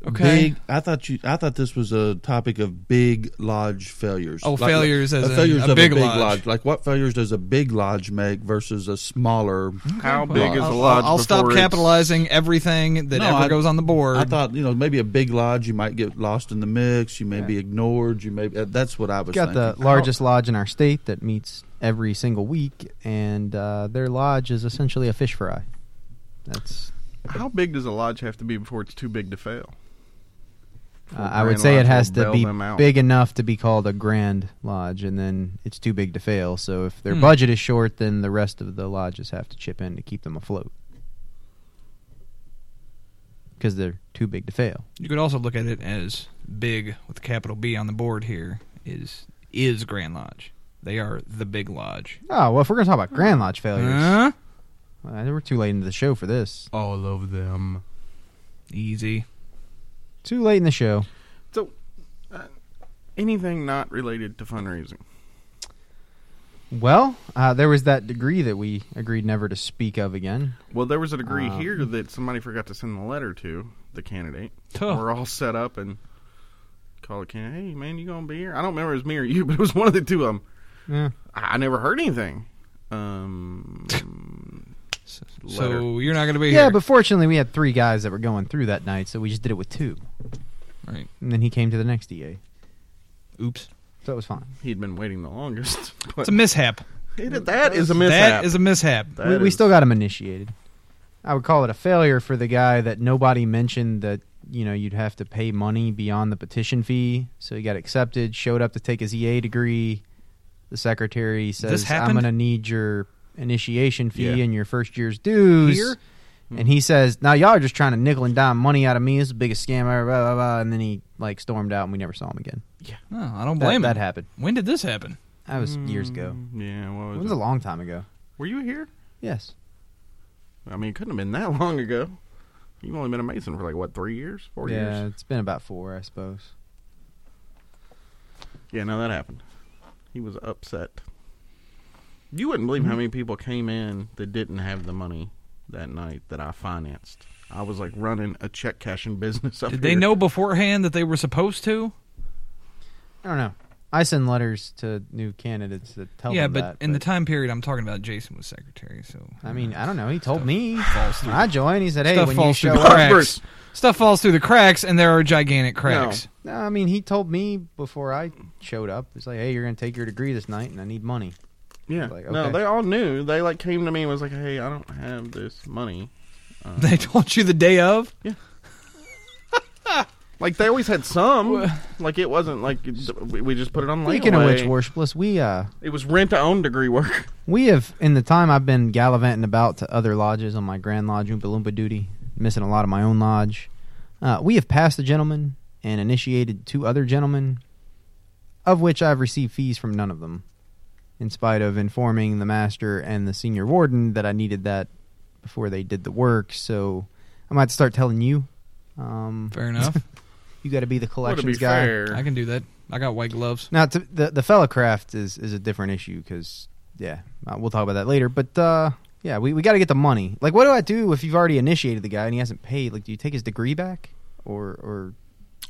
S2: Okay.
S4: Big. I thought you. I thought this was a topic of big lodge failures.
S2: Oh, failures as in
S4: failures
S2: a
S4: of
S2: big
S4: a big
S2: lodge.
S4: lodge. Like what failures does a big lodge make versus a smaller?
S1: How
S2: well,
S1: big is
S2: I'll-
S1: a lodge?
S2: I'll, I'll stop
S1: before it's-
S2: capitalizing everything that
S4: No,
S2: ever
S4: I-
S2: goes on the board.
S4: I thought you know maybe a big lodge you might get lost in the mix. You may be ignored. You may. uh, That's what I was.
S3: We've got the
S4: thinking.
S3: largest lodge in our state that meets every single week, and uh, their lodge is essentially a fish fry. That's
S1: How big does a lodge have to be before it's too big to fail?
S3: uh, I would
S1: Grand
S3: say
S1: Lodge
S3: it has
S1: will
S3: to
S1: bail
S3: be
S1: them out.
S3: big enough to be called a grand lodge, and then it's too big to fail. So if their
S2: Hmm.
S3: budget is short, then the rest of the lodges have to chip in to keep them afloat because they're too big to fail.
S2: you could also look at it as big with a capital B on the board here is is Grand Lodge. They are the big lodge.
S3: Oh well, if we're gonna talk about grand lodge failures,
S2: Huh?
S3: uh, we're too late into the show for this.
S1: All of them.
S2: Easy.
S3: Too late in the show.
S1: So, uh, anything not related to fundraising?
S3: Well, uh, there was that degree that we agreed never to speak of again.
S1: Well, there was a degree
S3: Um,
S1: here that somebody forgot to send the letter to the candidate.
S2: Huh.
S1: We're all set up and call the candidate. Hey, man, you gonna be here? I don't remember if it was me or you, but it was one of the two of them.
S3: Yeah.
S1: I I never heard anything. Um,
S2: So,
S1: Letter.
S2: so you're not going to be
S3: Yeah,
S2: here.
S3: but fortunately, we had three guys that were going through that night, so we just did it with two.
S2: right.
S3: And then he came to the next EA.
S2: Oops.
S3: So it was fine.
S1: he'd been waiting the longest. But
S2: It's a mishap.
S1: it- that is a mishap.
S2: That is a mishap.
S1: That
S3: We, we
S1: is-
S3: still got him initiated. I would call it a failure for the guy that nobody mentioned that, you know, you'd have to pay money beyond the petition fee. So he got accepted, showed up to take his EA degree. The secretary says, I'm
S2: happened?
S3: going to need your initiation fee
S1: Yeah.
S3: and your first year's dues.
S2: Here?
S3: And he says, now y'all are just trying to nickel and dime money out of me. This is the biggest scam ever, blah, blah, blah. And then he, like, stormed out and we never saw him again.
S2: No, I don't
S3: That,
S2: blame
S3: that
S2: him.
S3: happened.
S2: When did this happen?
S3: That was years ago.
S1: Yeah, what
S3: It
S1: was
S3: was
S1: it?
S3: a long time ago.
S1: Were you here?
S3: Yes.
S1: I mean, it couldn't have been that long ago. You've only been a Mason for like what three years, four
S3: yeah,
S1: years?
S3: it's been about four, I suppose.
S1: Yeah, no, that happened. He was upset. You wouldn't believe
S3: Mm-hmm.
S1: how many people came in that didn't have the money that night that I financed. I was like running a check cashing business up
S2: Did
S1: here.
S2: they know beforehand that they were supposed to?
S3: I don't know. I send letters to new candidates that tell
S2: yeah,
S3: them
S2: but
S3: that,
S2: in the time period I'm talking about, Jason was secretary. So
S3: I mean, I don't know. He told me
S2: falls through.
S3: when I joined. He said, "Hey,
S2: stuff
S3: when you
S2: falls through
S3: show
S2: the
S3: up."
S2: cracks. Stuff falls through the cracks, and there are gigantic cracks.
S3: No, I mean, he told me before I showed up. It's like, "Hey, you're going to take your degree this night, and I need money."
S1: Yeah,
S3: Like,
S1: no,
S3: okay.
S1: they all knew. They like came to me and was like, "Hey, I don't have this money."
S2: They told you the day of.
S1: Like they always had some.
S2: Wha-
S1: like it wasn't like it- we we just put it on layaway.
S3: Speaking of which, worshipless, we uh,
S1: it was rent to own degree work.
S3: we have in the time I've been gallivanting about to other lodges on my Grand Lodge Oompa Loompa duty, missing a lot of my own lodge. Uh, we have passed a gentleman and initiated two other gentlemen, of which I've received fees from none of them, in spite of informing the master and the senior warden that I needed that before they did the work. So I might start telling you. Um,
S2: Fair enough.
S3: you got to be
S1: Well,
S3: the
S1: to
S3: collections
S1: be
S3: guy.
S1: fair,
S2: I can do that. I got white gloves.
S3: Now, to, the the fellow craft is is a different issue because yeah, uh, we'll talk about that later. But uh, yeah, we, we got to get the money. Like, what do I do if you've already initiated the guy and he hasn't paid? Like, do you take his degree back or or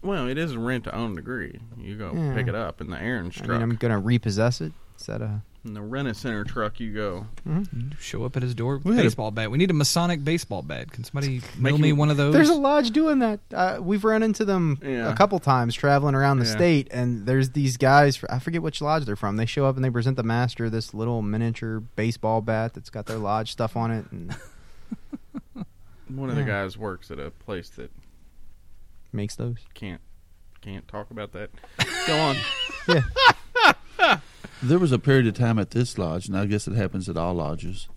S1: well, it is a rent to own degree. You go
S3: Yeah.
S1: pick it up in the errand
S3: I
S1: truck,
S3: mean, I'm gonna repossess it? Is that a
S1: in the rent a center truck. You go
S2: Show up at his door with
S4: We had a-
S2: baseball bat. We need a Masonic baseball bat. Can somebody mail
S1: him-
S2: me one of those?
S3: There's a lodge doing that. Uh, we've run into them
S1: Yeah.
S3: a couple times traveling around the
S1: Yeah.
S3: state, and there's these guys. fr- I forget which lodge they're from. They show up and they present the master this little miniature baseball bat that's got their lodge stuff on it, and
S1: One of the
S3: Yeah.
S1: guys works at a place that
S3: makes those.
S1: can't can't talk about that. Go on.
S4: There was a period of time at this lodge, and I guess it happens at all lodges,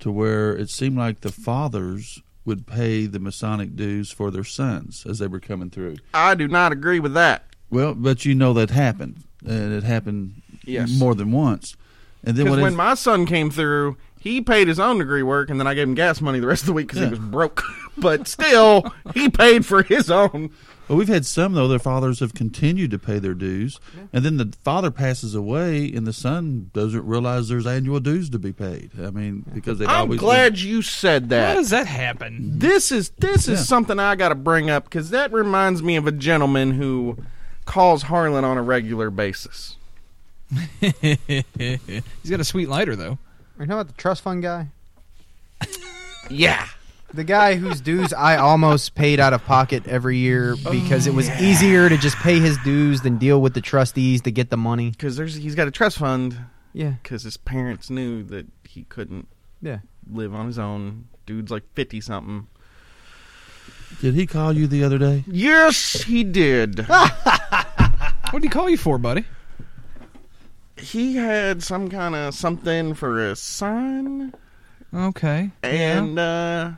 S4: to where it seemed like the fathers would pay the Masonic dues for their sons as they were coming through.
S1: I do not agree with that.
S4: Well, but you know that happened, and it happened
S1: Yes.
S4: more than once. And then
S1: Because
S4: what
S1: when
S4: if-
S1: my son came through, he paid his own degree work, and then I gave him gas money the rest of the week because
S4: Yeah.
S1: he was broke. but still, he paid for his own.
S4: Well, we've had some though. Their fathers have continued to pay their dues, and then the father passes away, and the son doesn't realize there's annual dues to be paid. I mean, because they.
S1: I'm
S4: always
S1: glad you said
S2: How
S1: that.
S2: does that happen?
S1: This is this is
S4: Yeah.
S1: something I got to bring up because that reminds me of a gentleman who calls Harlan on a regular basis.
S2: He's got a sweet lighter though.
S3: Are you talking about the trust fund guy?
S1: Yeah,
S3: The guy whose dues I almost paid out of pocket every year because it was
S2: Oh,
S3: easier to just pay his dues than deal with the trustees to get the money.
S1: because there's he's got a trust fund
S3: Yeah,
S1: because his parents knew that he couldn't
S3: yeah.
S1: live on his own. Dude's like fifty something.
S4: Did he call you the other day?
S1: Yes, he did.
S2: What did he call you for, buddy?
S1: he had some kind of something for his son,
S2: Okay.
S1: and uh,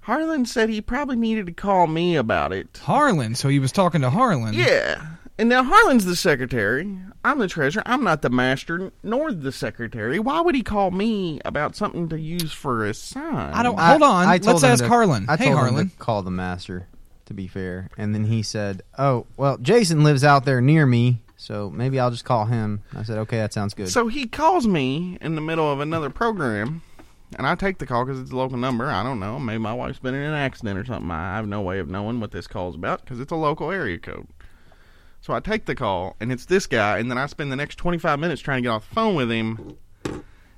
S1: Harlan said he probably needed to call me about it.
S2: Harlan. So he was talking to Harlan.
S1: Yeah. And now Harlan's the secretary. I'm the treasurer. I'm not the master nor the secretary. Why would he call me about something to use for his sign?
S2: I don't. Oh, hold on.
S3: told
S2: Let's
S3: him
S2: ask
S3: to-
S2: Harlan.
S3: I
S2: hey,
S3: told him to
S2: Harlan.
S3: call the master. To be fair, and then he said, "Oh, well, Jason lives out there near me, so maybe I'll just call him." I said, "Okay, that sounds good."
S1: So he calls me in the middle of another program, and I take the call because it's a local number. I don't know. Maybe my wife's been in an accident or something. I have no way of knowing what this call's about because it's a local area code. So I take the call, and it's this guy, and then I spend the next 25 minutes trying to get off the phone with him.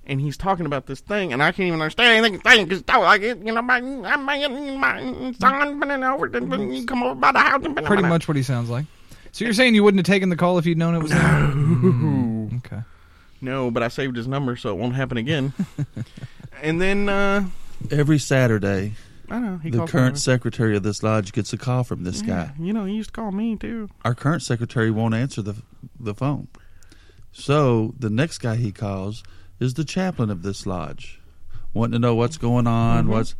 S1: And he's talking about this thing, and I can't even understand anything. Thing, cause oh, I get, you know, my, my, my son been over, then you come over by the house. and-
S2: Pretty much what he sounds like. So you're saying you wouldn't have taken the call if you'd known it was him? Mm, okay.
S1: No, but I saved his number, so it won't happen again. and then, uh,
S4: Every Saturday,
S1: I know. He
S4: the
S1: calls
S4: current
S1: me.
S4: secretary of this lodge gets a call from this guy.
S1: You know, he used to call me too.
S4: Our current secretary won't answer the the phone, so the next guy he calls is the chaplain of this lodge, wanting to know what's going on. What's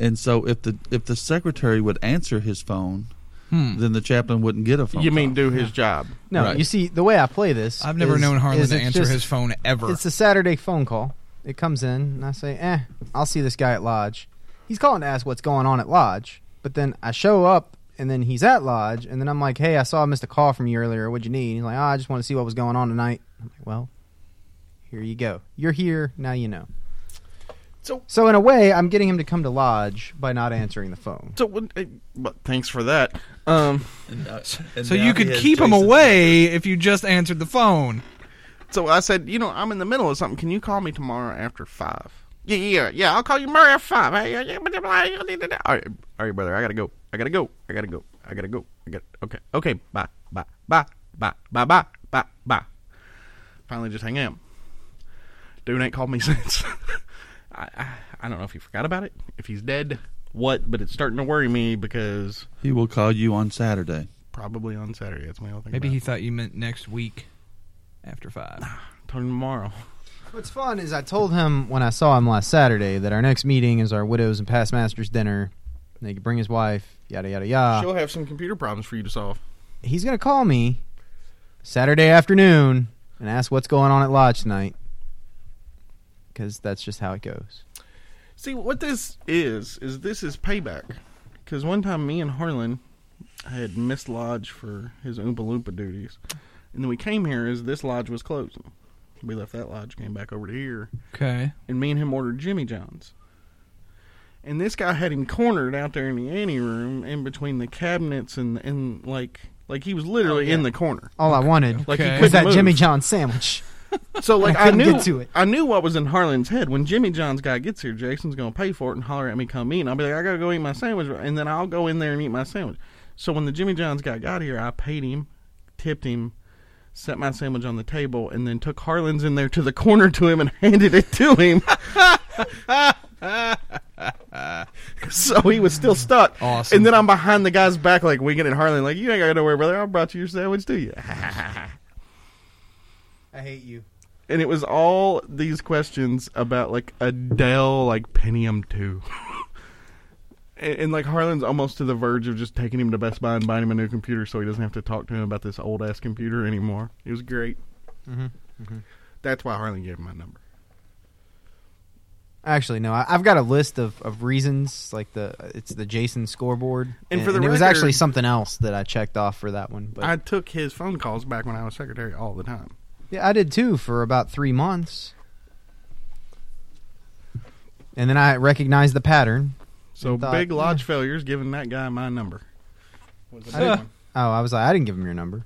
S4: and so if the if the secretary would answer his phone,
S2: Hmm.
S4: then the chaplain wouldn't get a phone.
S1: you mean
S4: call.
S1: do his job?
S3: no,
S4: Right.
S3: you see, the way I play this,
S2: I've never
S3: is-
S2: known Harlan
S3: is
S2: to
S3: it's
S2: answer
S3: just-
S2: his phone ever.
S3: It's a Saturday phone call. It comes in, and I say, "Eh, I'll see this guy at lodge." He's calling to ask what's going on at lodge, but then I show up, and then he's at lodge, and then I'm like, "Hey, I saw I missed a call from you earlier. What'd you need?" He's like, oh, "I just want to see what was going on tonight." I'm like, "Well, here you go. You're here now. You know."
S1: So-
S3: so in a way, I'm getting him to come to lodge by not answering the phone.
S1: So, what- eh, but thanks for that. Um,
S2: so you could keep him away if you just answered the phone.
S1: so I said, you know, I'm in the middle of something. Can you call me tomorrow after five? Yeah, yeah, yeah. I'll call you tomorrow after five. Hey, yeah, yeah, blah, blah, blah, blah, blah, blah. All right, all right, brother. I gotta go. I gotta go. I gotta go. I gotta go. I got. Okay, okay. Bye, bye, bye, bye, bye, bye, bye, bye. Finally, just hang up. Dude ain't called me since. I, I I don't know if he forgot about it, if he's dead, what. But it's starting to worry me because.
S4: He will call you on Saturday.
S1: Probably on Saturday. That's my only thing.
S2: Maybe
S1: about
S2: he
S1: it.
S2: thought you meant nenext week after five.
S3: Ah.
S1: told him tomorrow.
S3: What's fun is I told him when I saw him last Saturday that our next meeting is our widows and past masters dinner. And they could bring his wife, yada yada yada.
S1: She'll have some computer problems for you to solve.
S3: he's gonna call me Saturday afternoon and ask what's going on at lodge tonight. Because that's just how it goes.
S1: See what this is is this is payback. Because one time me and Harlan had missed lodge for his Oompa Loompa duties, and then we came here as this lodge was closing. We left that lodge, came back over to here,
S2: Okay.
S1: and me and him ordered Jimmy John's. And this guy had him cornered out there in the anteroom, in between the cabinets and and like like he was literally in the corner.
S3: All I wanted
S1: Like he
S2: Okay.
S3: was
S1: couldn't
S3: that
S1: move.
S3: Jimmy John sandwich.
S1: So like I,
S3: I couldn't
S1: knew
S3: get to it.
S1: I knew what was in Harlan's head. When Jimmy John's guy gets here, Jason's gonna pay for it and holler at me, come in. I'll be like, I gotta go eat my sandwich and then I'll go in there and eat my sandwich. So when the Jimmy John's guy got here, I paid him, tipped him, set my sandwich on the table, and then took Harlan's in there to the corner to him and handed it to him. so he was still stuck.
S2: Awesome.
S1: And then I'm behind the guy's back like winking at Harlan, like, You ain't gotta worry, brother, I brought you your sandwich, do you?
S3: I hate you.
S1: and it was all these questions about like Adele, like Pentium Two, and, and like Harlan's almost to the verge of just taking him to Best Buy and buying him a new computer, so he doesn't have to talk to him about this old ass computer anymore. It was
S3: Mm-hmm.
S1: great. That's why Harlan gave him my number.
S3: Actually, no. I, I've got a list of, of reasons. Like the it's the Jason scoreboard,
S1: And for the
S3: it was actually
S1: record-
S3: something else that I checked off for that one. But
S1: I took his phone calls back when I was secretary all the time.
S3: yeah, I did too for about three months, and then I recognized the pattern.
S1: So
S3: And thought,
S1: big lodge failures giving that guy my number. Was the
S3: I
S1: big
S3: didn't-
S1: one.
S3: Oh, I was like, I didn't give him your number.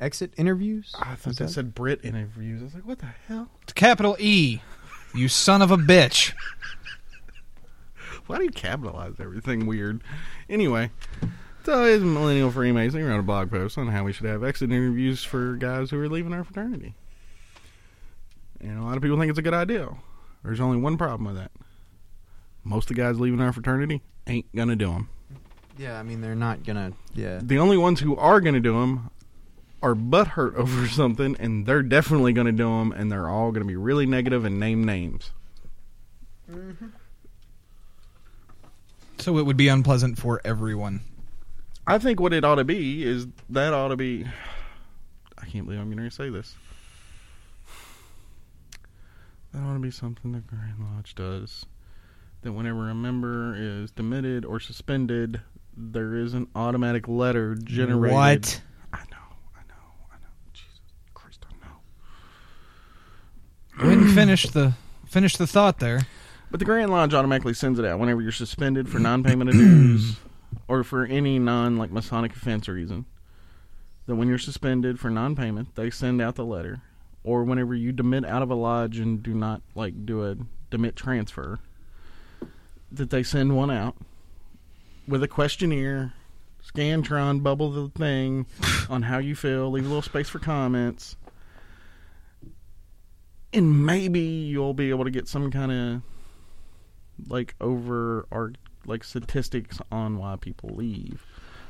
S3: Exit interviews.
S1: I thought
S3: Was
S1: that
S3: that-
S1: said Brit interviews. I was like, what the hell?
S2: It's capital E. You son of a bitch.
S1: Why do you capitalize everything weird? Anyway, so his millennial freemason he wrote a blog post on how we should have exit interviews for guys who are leaving our fraternity. And a lot of people think it's a good idea. There's only one problem with that. Most of the guys leaving our fraternity ain't gonna do them.
S3: Yeah, I mean they're not gonna. Yeah,
S1: The only ones who are gonna do them are butthurt over something, and they're definitely gonna do them, and they're all gonna be really negative and name names.
S2: So it would be unpleasant for everyone.
S1: I think what it ought to be is that ought to be. I can't believe I'm going to say this. That ought to be something the Grand Lodge does. That whenever a member is demitted or suspended, there is an automatic letter generated.
S2: What?
S1: I know, I know, I know. Jesus Christ, I know.
S2: Go ahead and finish the finish the thought there.
S1: But the Grand Lodge automatically sends it out whenever you're suspended for non-payment of dues or for any non like Masonic offense reason. That when you're suspended for non-payment, they send out the letter, or whenever you demit out of a lodge and do not like do a demit transfer, that they send one out with a questionnaire, Scantron bubble the thing on how you feel, leave a little space for comments, and maybe you'll be able to get some kind of like over our like statistics on why people leave.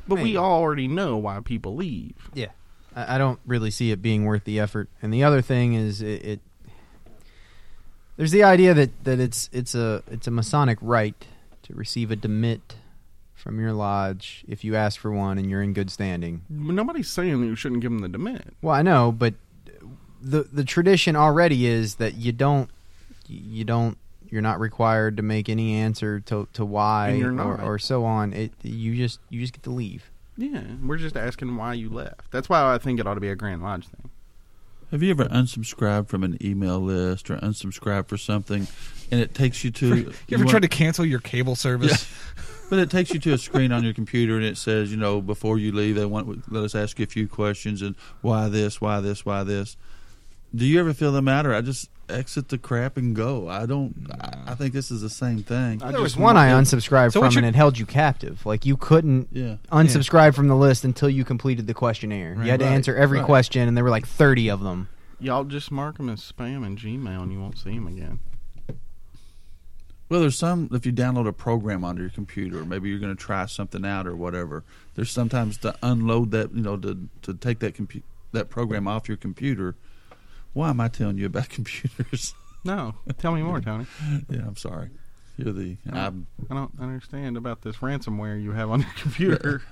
S1: But we
S3: Maybe.
S1: already know why people leave.
S3: yeah. I, I don't really see it being worth the effort. And the other thing is it. it there's the idea that, that it's it's a it's a Masonic right to receive a demit from your lodge if you ask for one and you're in good standing.
S1: Nobody's saying that you shouldn't give them the demit.
S3: Well, I know, but the the tradition already is that you don't you don't you're not required to make any answer to to why
S1: And you're
S3: or,
S1: not.
S3: or so on. It you just you just get to leave.
S1: Yeah, we're just asking why you left. That's why I think it ought to be a Grand Lodge thing.
S4: Have you ever unsubscribed from an email list or unsubscribed for something, and it takes you to
S2: You ever
S4: want-
S2: tried to cancel your cable service?
S4: But it takes you to a screen on your computer, and it says, you know, before you leave, they want let us ask you a few questions and why this, why this, why this. Do you ever feel the matter? I just exit the crap and go. I don't. I, I think this is the same thing.
S1: I
S3: There was
S1: just
S3: one I
S1: want-
S3: unsubscribed
S2: So what
S3: from, and
S2: you're-
S3: it held you captive. Like you couldn't
S4: Yeah.
S3: unsubscribe from the list until you completed the questionnaire.
S2: Right.
S3: you had to
S4: Right.
S3: answer every
S4: Right.
S3: question, and there were like thirty of them.
S1: Y'all just mark them as spam in Gmail, and you won't see them again.
S4: Well, there's some. If you download a program onto your computer, maybe you're going to try something out or whatever. There's sometimes to unload that, you know, to to take that compu- that program off your computer. Why am I telling you about computers?
S1: No, tell me more, Tony.
S4: yeah, I'm sorry. You're the. I'm,
S1: I don't understand about this ransomware you have on your computer.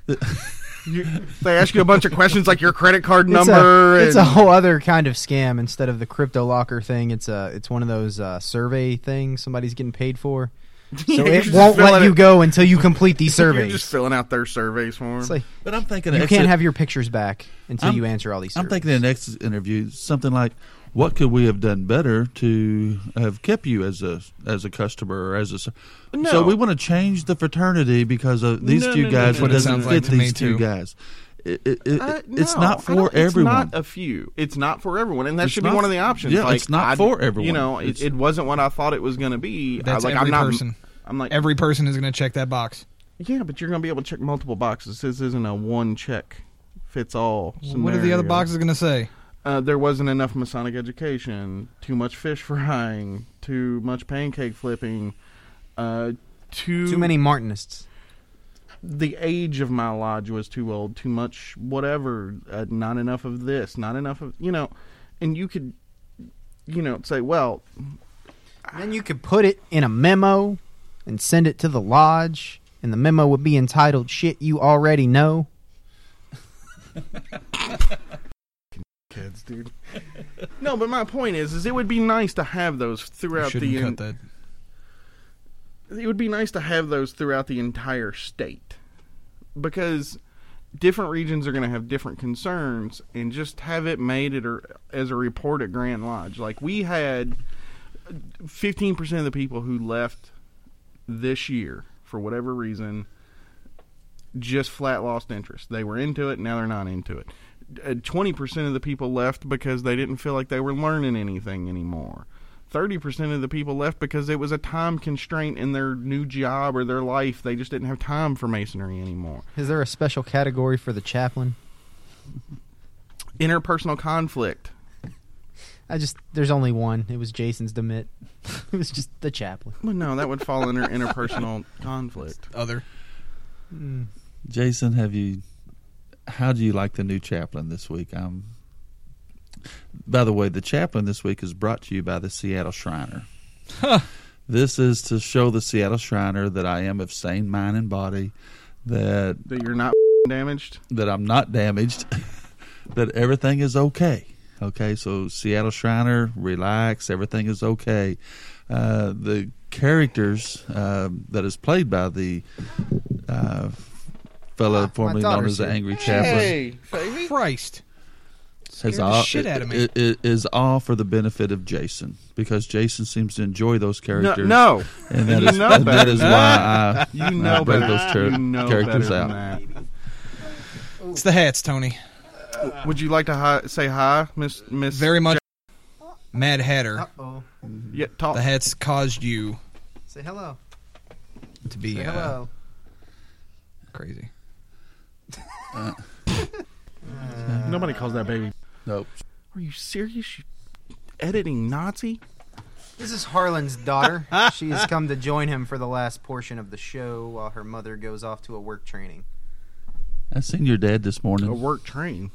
S1: you, they ask you a bunch of questions like your credit card
S3: It's a-
S1: number.
S3: It's a,
S1: and-
S3: whole other kind of scam. Instead of the crypto locker thing, it's a it's one of those uh, survey things somebody's getting paid for. So
S1: You're
S3: it
S1: just
S3: won't
S1: filling
S3: let
S1: it-
S3: you go until you complete these
S1: You're just
S3: surveys.
S1: filling out their surveys for
S3: It's
S1: them.
S3: like
S4: but I'm thinking
S3: you
S4: exit-
S3: can't have your pictures back until
S4: I'm-
S3: you answer all these. Surveys.
S4: I'm thinking in the next interview something like, "What could we have done better to have kept you as a as a customer or as a?" ser-"
S1: No.
S4: So we want to change the fraternity because of these
S1: No,
S4: two
S1: no, no,
S4: guys.
S1: no,
S4: What
S1: no,
S4: doesn't
S2: no, no.
S4: fit
S2: Sounds like to me,
S4: these two
S2: too.
S4: guys? It, it, it,
S1: Uh,
S4: it's
S1: no,
S4: not
S1: I don't-
S4: for everyone.
S1: It's not a few. It's not for everyone, and that
S4: It's
S1: should be
S4: not-
S1: one of the options.
S4: yeah,
S1: Like,
S4: it's not
S1: I-
S4: for everyone.
S1: You know, it,
S4: It's-
S1: it wasn't what I thought it was going to be. I-
S2: That's
S1: like
S2: every
S1: I'm not.
S2: person.
S1: I'm like,
S2: Every person is going to check that box.
S1: yeah, but you're going to be able to check multiple boxes. This isn't a one check fits all.
S2: What are the other
S1: scenario.
S2: boxes going to say?
S1: Uh, there wasn't enough Masonic education. Too much fish frying. Too much pancake flipping. Uh, too
S3: too many Martinists.
S1: the age of my lodge was too old, too much whatever, uh, not enough of this, not enough of you know, and you could, you know, say, well,
S3: Then you could put it in a memo and send it to the lodge, and the memo would be entitled "Shit You Already Know."
S1: kids, dude. no, but my point is, is it would be nice to have those throughout
S2: Shouldn't
S1: the.
S2: cut that.
S1: it would be nice to have those throughout the entire state because different regions are going to have different concerns and just have it made it or as a report at Grand Lodge. Like we had 15% of the people who left this year for whatever reason just flat lost interest. They were into it, now they're not into it. Uh, 20% of the people left because they didn't feel like they were learning anything anymore. 30% of the people left because it was a time constraint in their new job or their life. They just didn't have time for masonry anymore.
S3: Is there a special category for the chaplain?
S1: Interpersonal conflict.
S3: I just there's only one. It was Jason's demit. it was just the chaplain.
S1: Well, no, that would fall under interpersonal conflict.
S2: Other.
S4: Jason, have you? How do you like the new chaplain this week? I'm. By the way, the chaplain this week is brought to you by the Seattle Shriner. This is to show the Seattle Shriner that I am of sane mind and body, that
S1: That you're not damaged.
S4: that I'm not damaged, that everything is okay. Okay, so Seattle Shriner, relax, everything is okay. Uh, the characters um that is played by the uh,
S3: Ah,
S4: fellow
S3: my
S4: formerly known
S3: daughter's
S4: as the
S3: here.
S4: Angry Chaplain
S2: Christ. Scared
S4: has
S2: the
S4: all,
S2: shit out of me.
S4: i- i- is all for the benefit of Jason because Jason seems to enjoy those
S1: No,
S4: characters.
S1: no.
S4: and that
S1: You
S4: is,
S1: know
S4: and that
S1: better
S4: is
S1: than
S4: why I
S1: You know
S4: I break
S1: better.
S4: those char-
S1: you know
S4: characters
S1: better
S4: out.
S1: Than that.
S2: It's the hats, Tony.
S1: Would you like to hi- say hi, Miss Miss?
S2: Very much. Mad Hatter.
S3: oh.
S1: Yeah, talk.
S2: The hats caused you
S3: Say hello.
S2: to be uh, crazy.
S1: Nobody calls that baby.
S4: Nope.
S1: Are you serious? You editing Nazi?
S3: This is Harlan's daughter. she has come to join him for the last portion of the show while her mother goes off to a work training.
S4: I seen your dad this
S1: A
S4: morning.
S1: work train.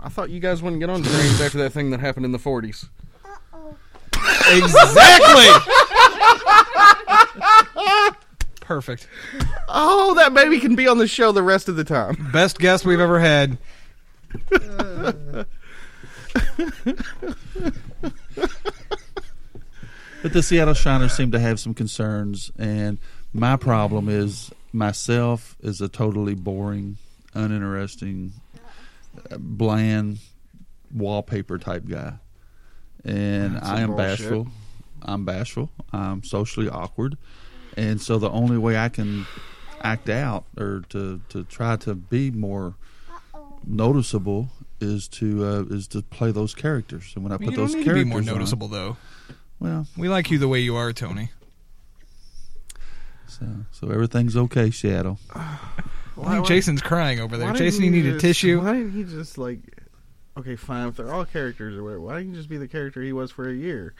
S1: I thought you guys wouldn't get on trains after that thing that happened in the 40s.
S2: Exactly. Perfect.
S1: Oh, that baby can be on the show the rest of the time.
S2: Best guest we've ever had.
S4: But the Seattle Shiners seem to have some concerns, and my problem is myself is a totally boring, uninteresting, uh, bland wallpaper type guy, and
S1: That's
S4: I
S1: some
S4: am
S1: bullshit.
S4: bashful. I'm bashful. I'm socially awkward, and so the only way I can act out or to to try to be more noticeable is to uh, is to play those characters. And when I put
S2: you
S4: those
S2: don't need to
S4: characters
S2: be more
S4: on-
S2: noticeable, though.
S4: well,
S2: We like you the way you are, Tony.
S4: So, so everything's okay, Seattle.
S2: I think Jason's crying over there. Jason, you need
S1: didn't he
S2: a
S1: just-
S2: tissue.
S1: Why didn't he just like? Okay, fine. If they're all characters or whatever, why didn't he just be the character he was for a year?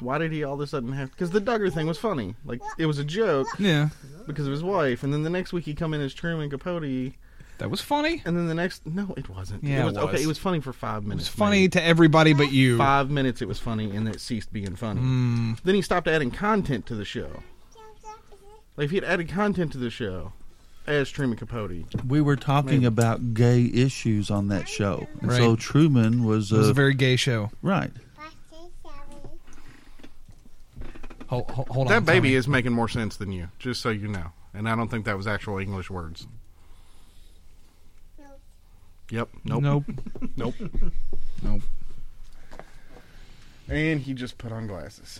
S1: Why did he all of a sudden have? Because the Duggar thing was funny. Like it was a joke
S2: Yeah,
S1: because of his wife, and then the next week he come in as Truman Capote,
S2: that was funny.
S1: and then the next no, it wasn't.
S2: Yeah, it
S1: it was,
S2: was.
S1: okay. It was funny for five
S2: It
S1: minutes.
S2: was funny
S1: maybe.
S2: to everybody but you.
S1: Five minutes it was funny, and it ceased being funny.
S2: Mm,
S1: Then he stopped adding content to the show. Like if he had added content to the show as Truman Capote,
S4: We were talking
S1: Maybe.
S4: about gay issues on that show, and so
S2: Right.
S4: Truman was,
S2: it was
S4: uh,
S2: a very gay show.
S4: right.
S2: Hold, hold, hold on.
S1: that baby
S2: Tony.
S1: is making more sense than you. Just so you know, and I don't think that was actual English words. Yep. Nope.
S2: Nope.
S1: Nope.
S2: Nope.
S1: And he just put on glasses.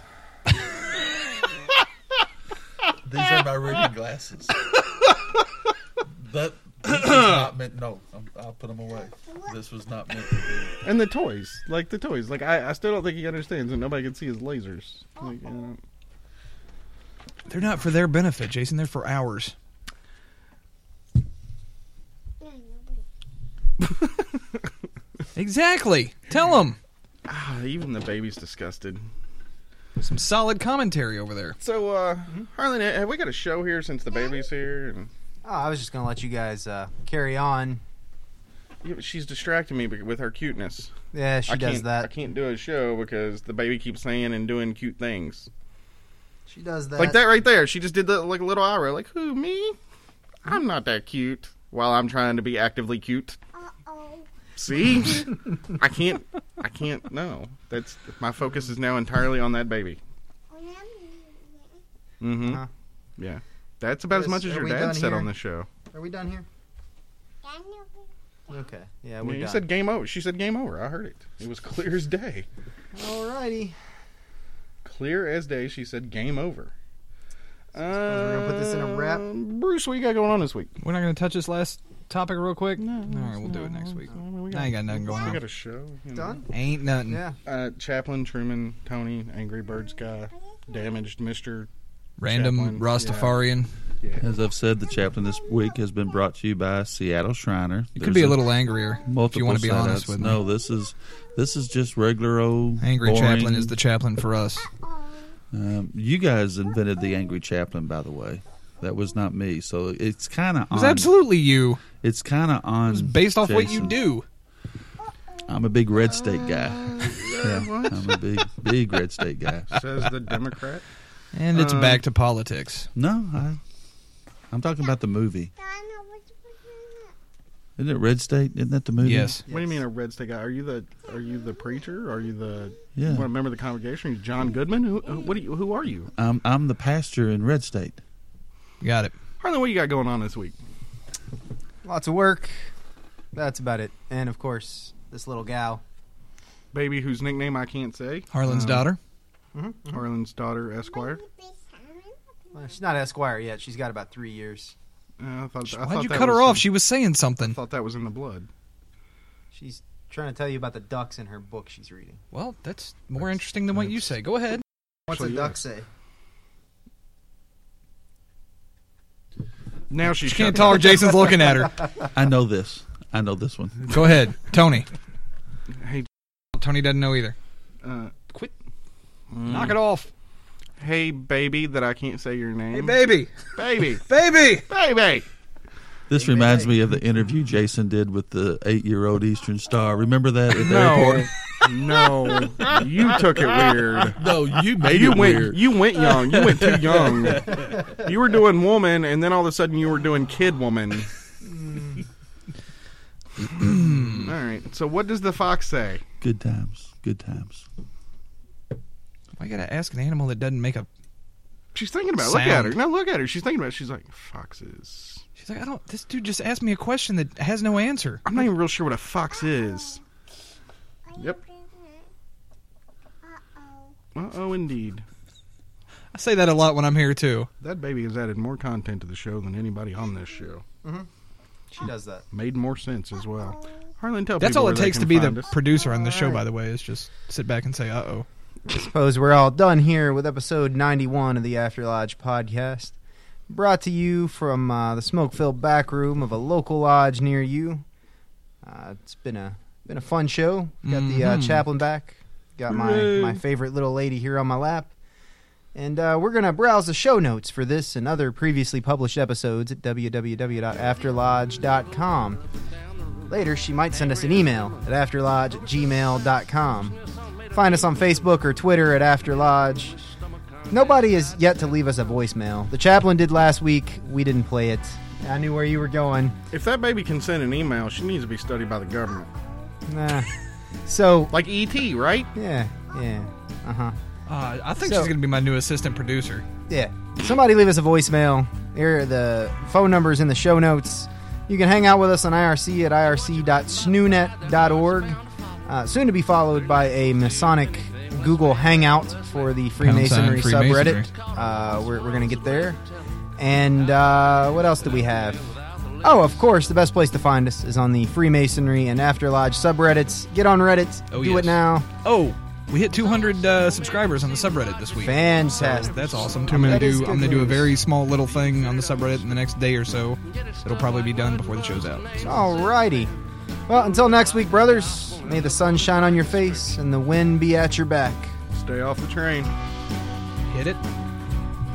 S4: These are my reading glasses. that was not meant. No, I'll put them away. This was not meant. To be.
S1: And the toys, like the toys, like I, I still don't think he understands that nobody can see his lasers. Like, uh,
S2: They're not for their benefit, Jason. They're for ours. Exactly. Tell them
S1: ah, even the baby's disgusted.
S2: some solid commentary over there.
S1: So, uh, Harlan, have we got a show here since the baby's here? And
S3: Oh, I was just gonna let you guys uh, carry on.
S1: Yeah, but she's distracting me bec- with her cuteness.
S3: Yeah, she
S1: I
S3: does
S1: can't, I
S3: that.
S1: can't do a show because the baby keeps saying and doing cute things.
S3: She does that.
S1: like that right there. She just did the, like a little eye roll. Like who me? I'm not that cute. While I'm trying to be actively cute. See, I can't. I can't. No, that's my focus is now entirely on that baby. Mm-hmm.
S3: Uh-huh.
S1: Yeah, that's about as
S3: Chris,
S1: much as
S3: are
S1: your
S3: we
S1: dad
S3: done
S1: said
S3: here?
S1: on this show.
S3: Are we done here? Okay. Yeah,
S1: Yeah,
S3: we're
S1: you
S3: done.
S1: said game over. She said game over. I heard it. It was clear as day.
S3: Alrighty.
S1: Clear as day. She said game over.
S3: we're gonna put this in a wrap?
S1: Um, Bruce, what you got going on this week?
S2: We're not going to touch this last topic real quick. No. All right, we'll do it next week. I ain't got nothing going
S1: We
S2: on.
S1: got a show. you know.
S3: Done?
S2: Ain't nothing.
S3: Yeah.
S1: Uh, Chaplin, Truman, Tony, Angry Birds guy, damaged Mister.
S2: Random
S1: Chaplain,
S2: Rastafarian.
S4: As I've said, the chaplain this week has been brought to you by Seattle Shriner.
S2: You could be a little angrier if
S4: multiple
S2: you want to be honest
S4: setups.
S2: with
S4: No,
S2: me.
S4: this is this is just regular old
S2: Angry
S4: boring-
S2: chaplain is the chaplain for us.
S4: Um, you guys invented the angry chaplain, by the way. That was not me. So it's kind of
S2: It was
S4: on.
S2: absolutely you.
S4: It's kind of on.
S2: It was based off what you
S4: Jason.
S2: do.
S4: I'm a big red state guy. yeah, I'm a big big red state guy.
S1: Says the Democrat.
S2: And
S1: Uh,
S2: it's back to politics.
S4: No, I, I'm talking about the movie. Isn't it Red State? Isn't that the
S1: mm-hmm.
S4: movie?
S2: Yes.
S1: What do you mean a red state guy? Are you the Are you the preacher? Are you the
S4: Yeah.
S1: you want a member of the congregation? Are you John Goodman? Who who- What do you, Who are you?
S4: I'm I'm the pastor in Red State.
S2: Got it.
S1: Harlan, what you got going on this week?
S3: Lots of work. That's about it. And of course, this little gal.
S1: Baby, whose nickname I can't say.
S2: Harlan's
S1: Um,
S2: daughter.
S1: Harlan's daughter, Esquire.
S3: Well, she's not Esquire yet. She's got about three years.
S1: Uh, I thought, I
S2: Why'd
S1: thought
S2: you
S1: that
S2: cut her
S1: was
S2: off?
S1: in-
S2: She was saying something.
S1: I thought that was in the blood.
S3: She's trying to tell you about the ducks in her book she's reading.
S2: Well, that's more interesting than what you say. Go ahead.
S3: What's
S1: So,
S3: a
S1: yeah.
S3: duck say?
S1: Now she,
S2: She can't
S1: shuts up.
S2: talk. Jason's looking at her.
S4: I know this. I know this one.
S2: Go ahead, Tony.
S1: Hey,
S2: Tony doesn't know either.
S1: uh,
S2: Quit. Knock it off.
S1: hey, baby, that I can't say your name.
S2: Hey, baby.
S1: baby,
S2: Baby.
S1: baby.
S4: This reminds me of the interview Jason did with the eight-year-old Eastern Star. Remember that at the
S1: No, no,
S4: airport?
S1: you took it weird.
S4: No, you made
S1: you
S4: it
S1: went,
S4: weird.
S1: you went young. You went too young. you were doing woman, and then all of a sudden you were doing kid woman. all right. So what does the fox say?
S4: Good times. Good times.
S2: Why you gotta ask an animal that doesn't make a?
S1: She's thinking about. it. Look at
S2: Sound.
S1: her. Now look at her. She's thinking about. It. She's like foxes.
S2: She's like, I don't. This dude just asked me a question that has no answer.
S1: I'm not even real sure what a fox is. Yep. Uh oh, indeed.
S2: I say that a lot when I'm here too.
S1: That baby has added more content to the show than anybody on this show.
S3: She does that.
S1: Made more sense as well. Harlan, tell
S2: That's
S1: people
S2: all
S1: where
S2: it
S1: they
S2: takes to
S1: can
S2: be
S1: find
S2: the
S1: us.
S2: producer on this show. By the way, is just sit back and say, "Uh oh."
S3: suppose we're all done here with episode 91 of the After Lodge podcast. Brought to you from uh, the smoke filled back room of a local lodge near you. Uh, it's been a been a fun show. Got the uh,
S2: Mhm.
S3: chaplain back. Got my,
S1: Hooray.
S3: my favorite little lady here on my lap. And uh, we're going to browse the show notes for this and other previously published episodes at www.afterlodge.com. Later, she might send us an email at afterlodge at gmail.com. Find us on Facebook or Twitter at afterlodge. Nobody has yet to leave us a voicemail. The chaplain did last week. We didn't play it. I knew where you were going.
S1: If that baby can send an email, she needs to be studied by the government.
S3: Nah. So,
S1: Like E.T., right?
S3: yeah, yeah, uh huh.
S2: Uh, I think
S3: So-
S2: she's gonna be my new assistant producer.
S3: Yeah. Somebody leave us a voicemail. Here are the phone numbers in the show notes. You can hang out with us on IRC at irc.snoonet.org. Uh, soon to be followed by a Masonic Google Hangout for the Freemasonry
S2: Freemasonry.
S3: subreddit. Uh, we're we're going to get there. And uh, what else do we have? Oh, of course, the best place to find us is on the Freemasonry and After Lodge subreddits. Get on Reddit.
S2: Oh,
S3: do
S2: yes.
S3: it now.
S2: Oh, we hit 200 uh, subscribers on the subreddit this week.
S3: Fantastic.
S2: That's awesome. I'm gonna
S3: That is
S2: do.
S3: good
S2: I'm gonna do a
S3: news.
S2: very small little thing on the subreddit in the next day or so. It'll probably be done before the show's out. So,
S3: Alrighty. Well, until next week, brothers, may the sun shine on your face and the wind be at your back.
S1: Stay off the train.
S2: hit it.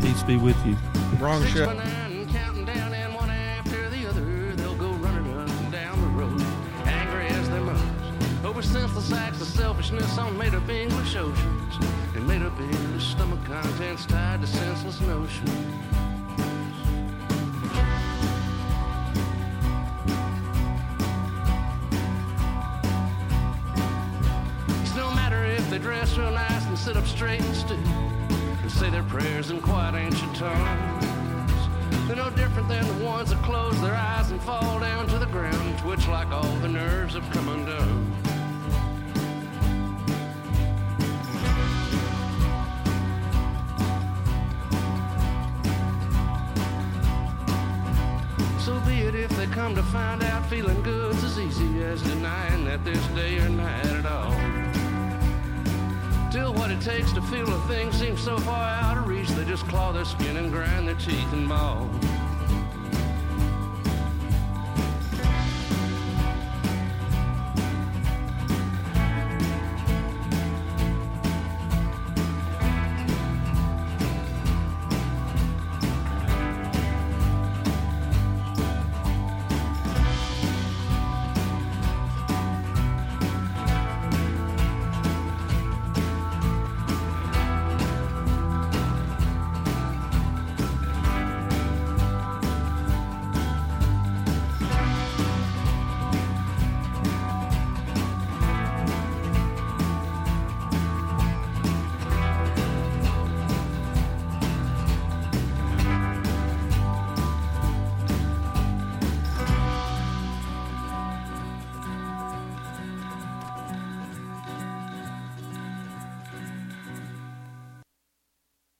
S4: Peace be with you.
S1: Wrong
S5: Six
S1: show.
S5: by nine, counting down, and one after the other, they'll go running up and down the road, angry as they must, over senseless acts of selfishness on made-up English oceans and made-up English stomach contents tied to senseless notions. dress real nice and sit up straight and still and say their prayers in quite ancient tongues. They're no different than the ones that close their eyes and fall down to the ground, twitch like all the nerves have come undone. So be it if they come to find out feeling good's as easy as denying that this day or night at all. Till what it takes to feel a thing seems so far out of reach, they just claw their skin and grind their teeth and maul.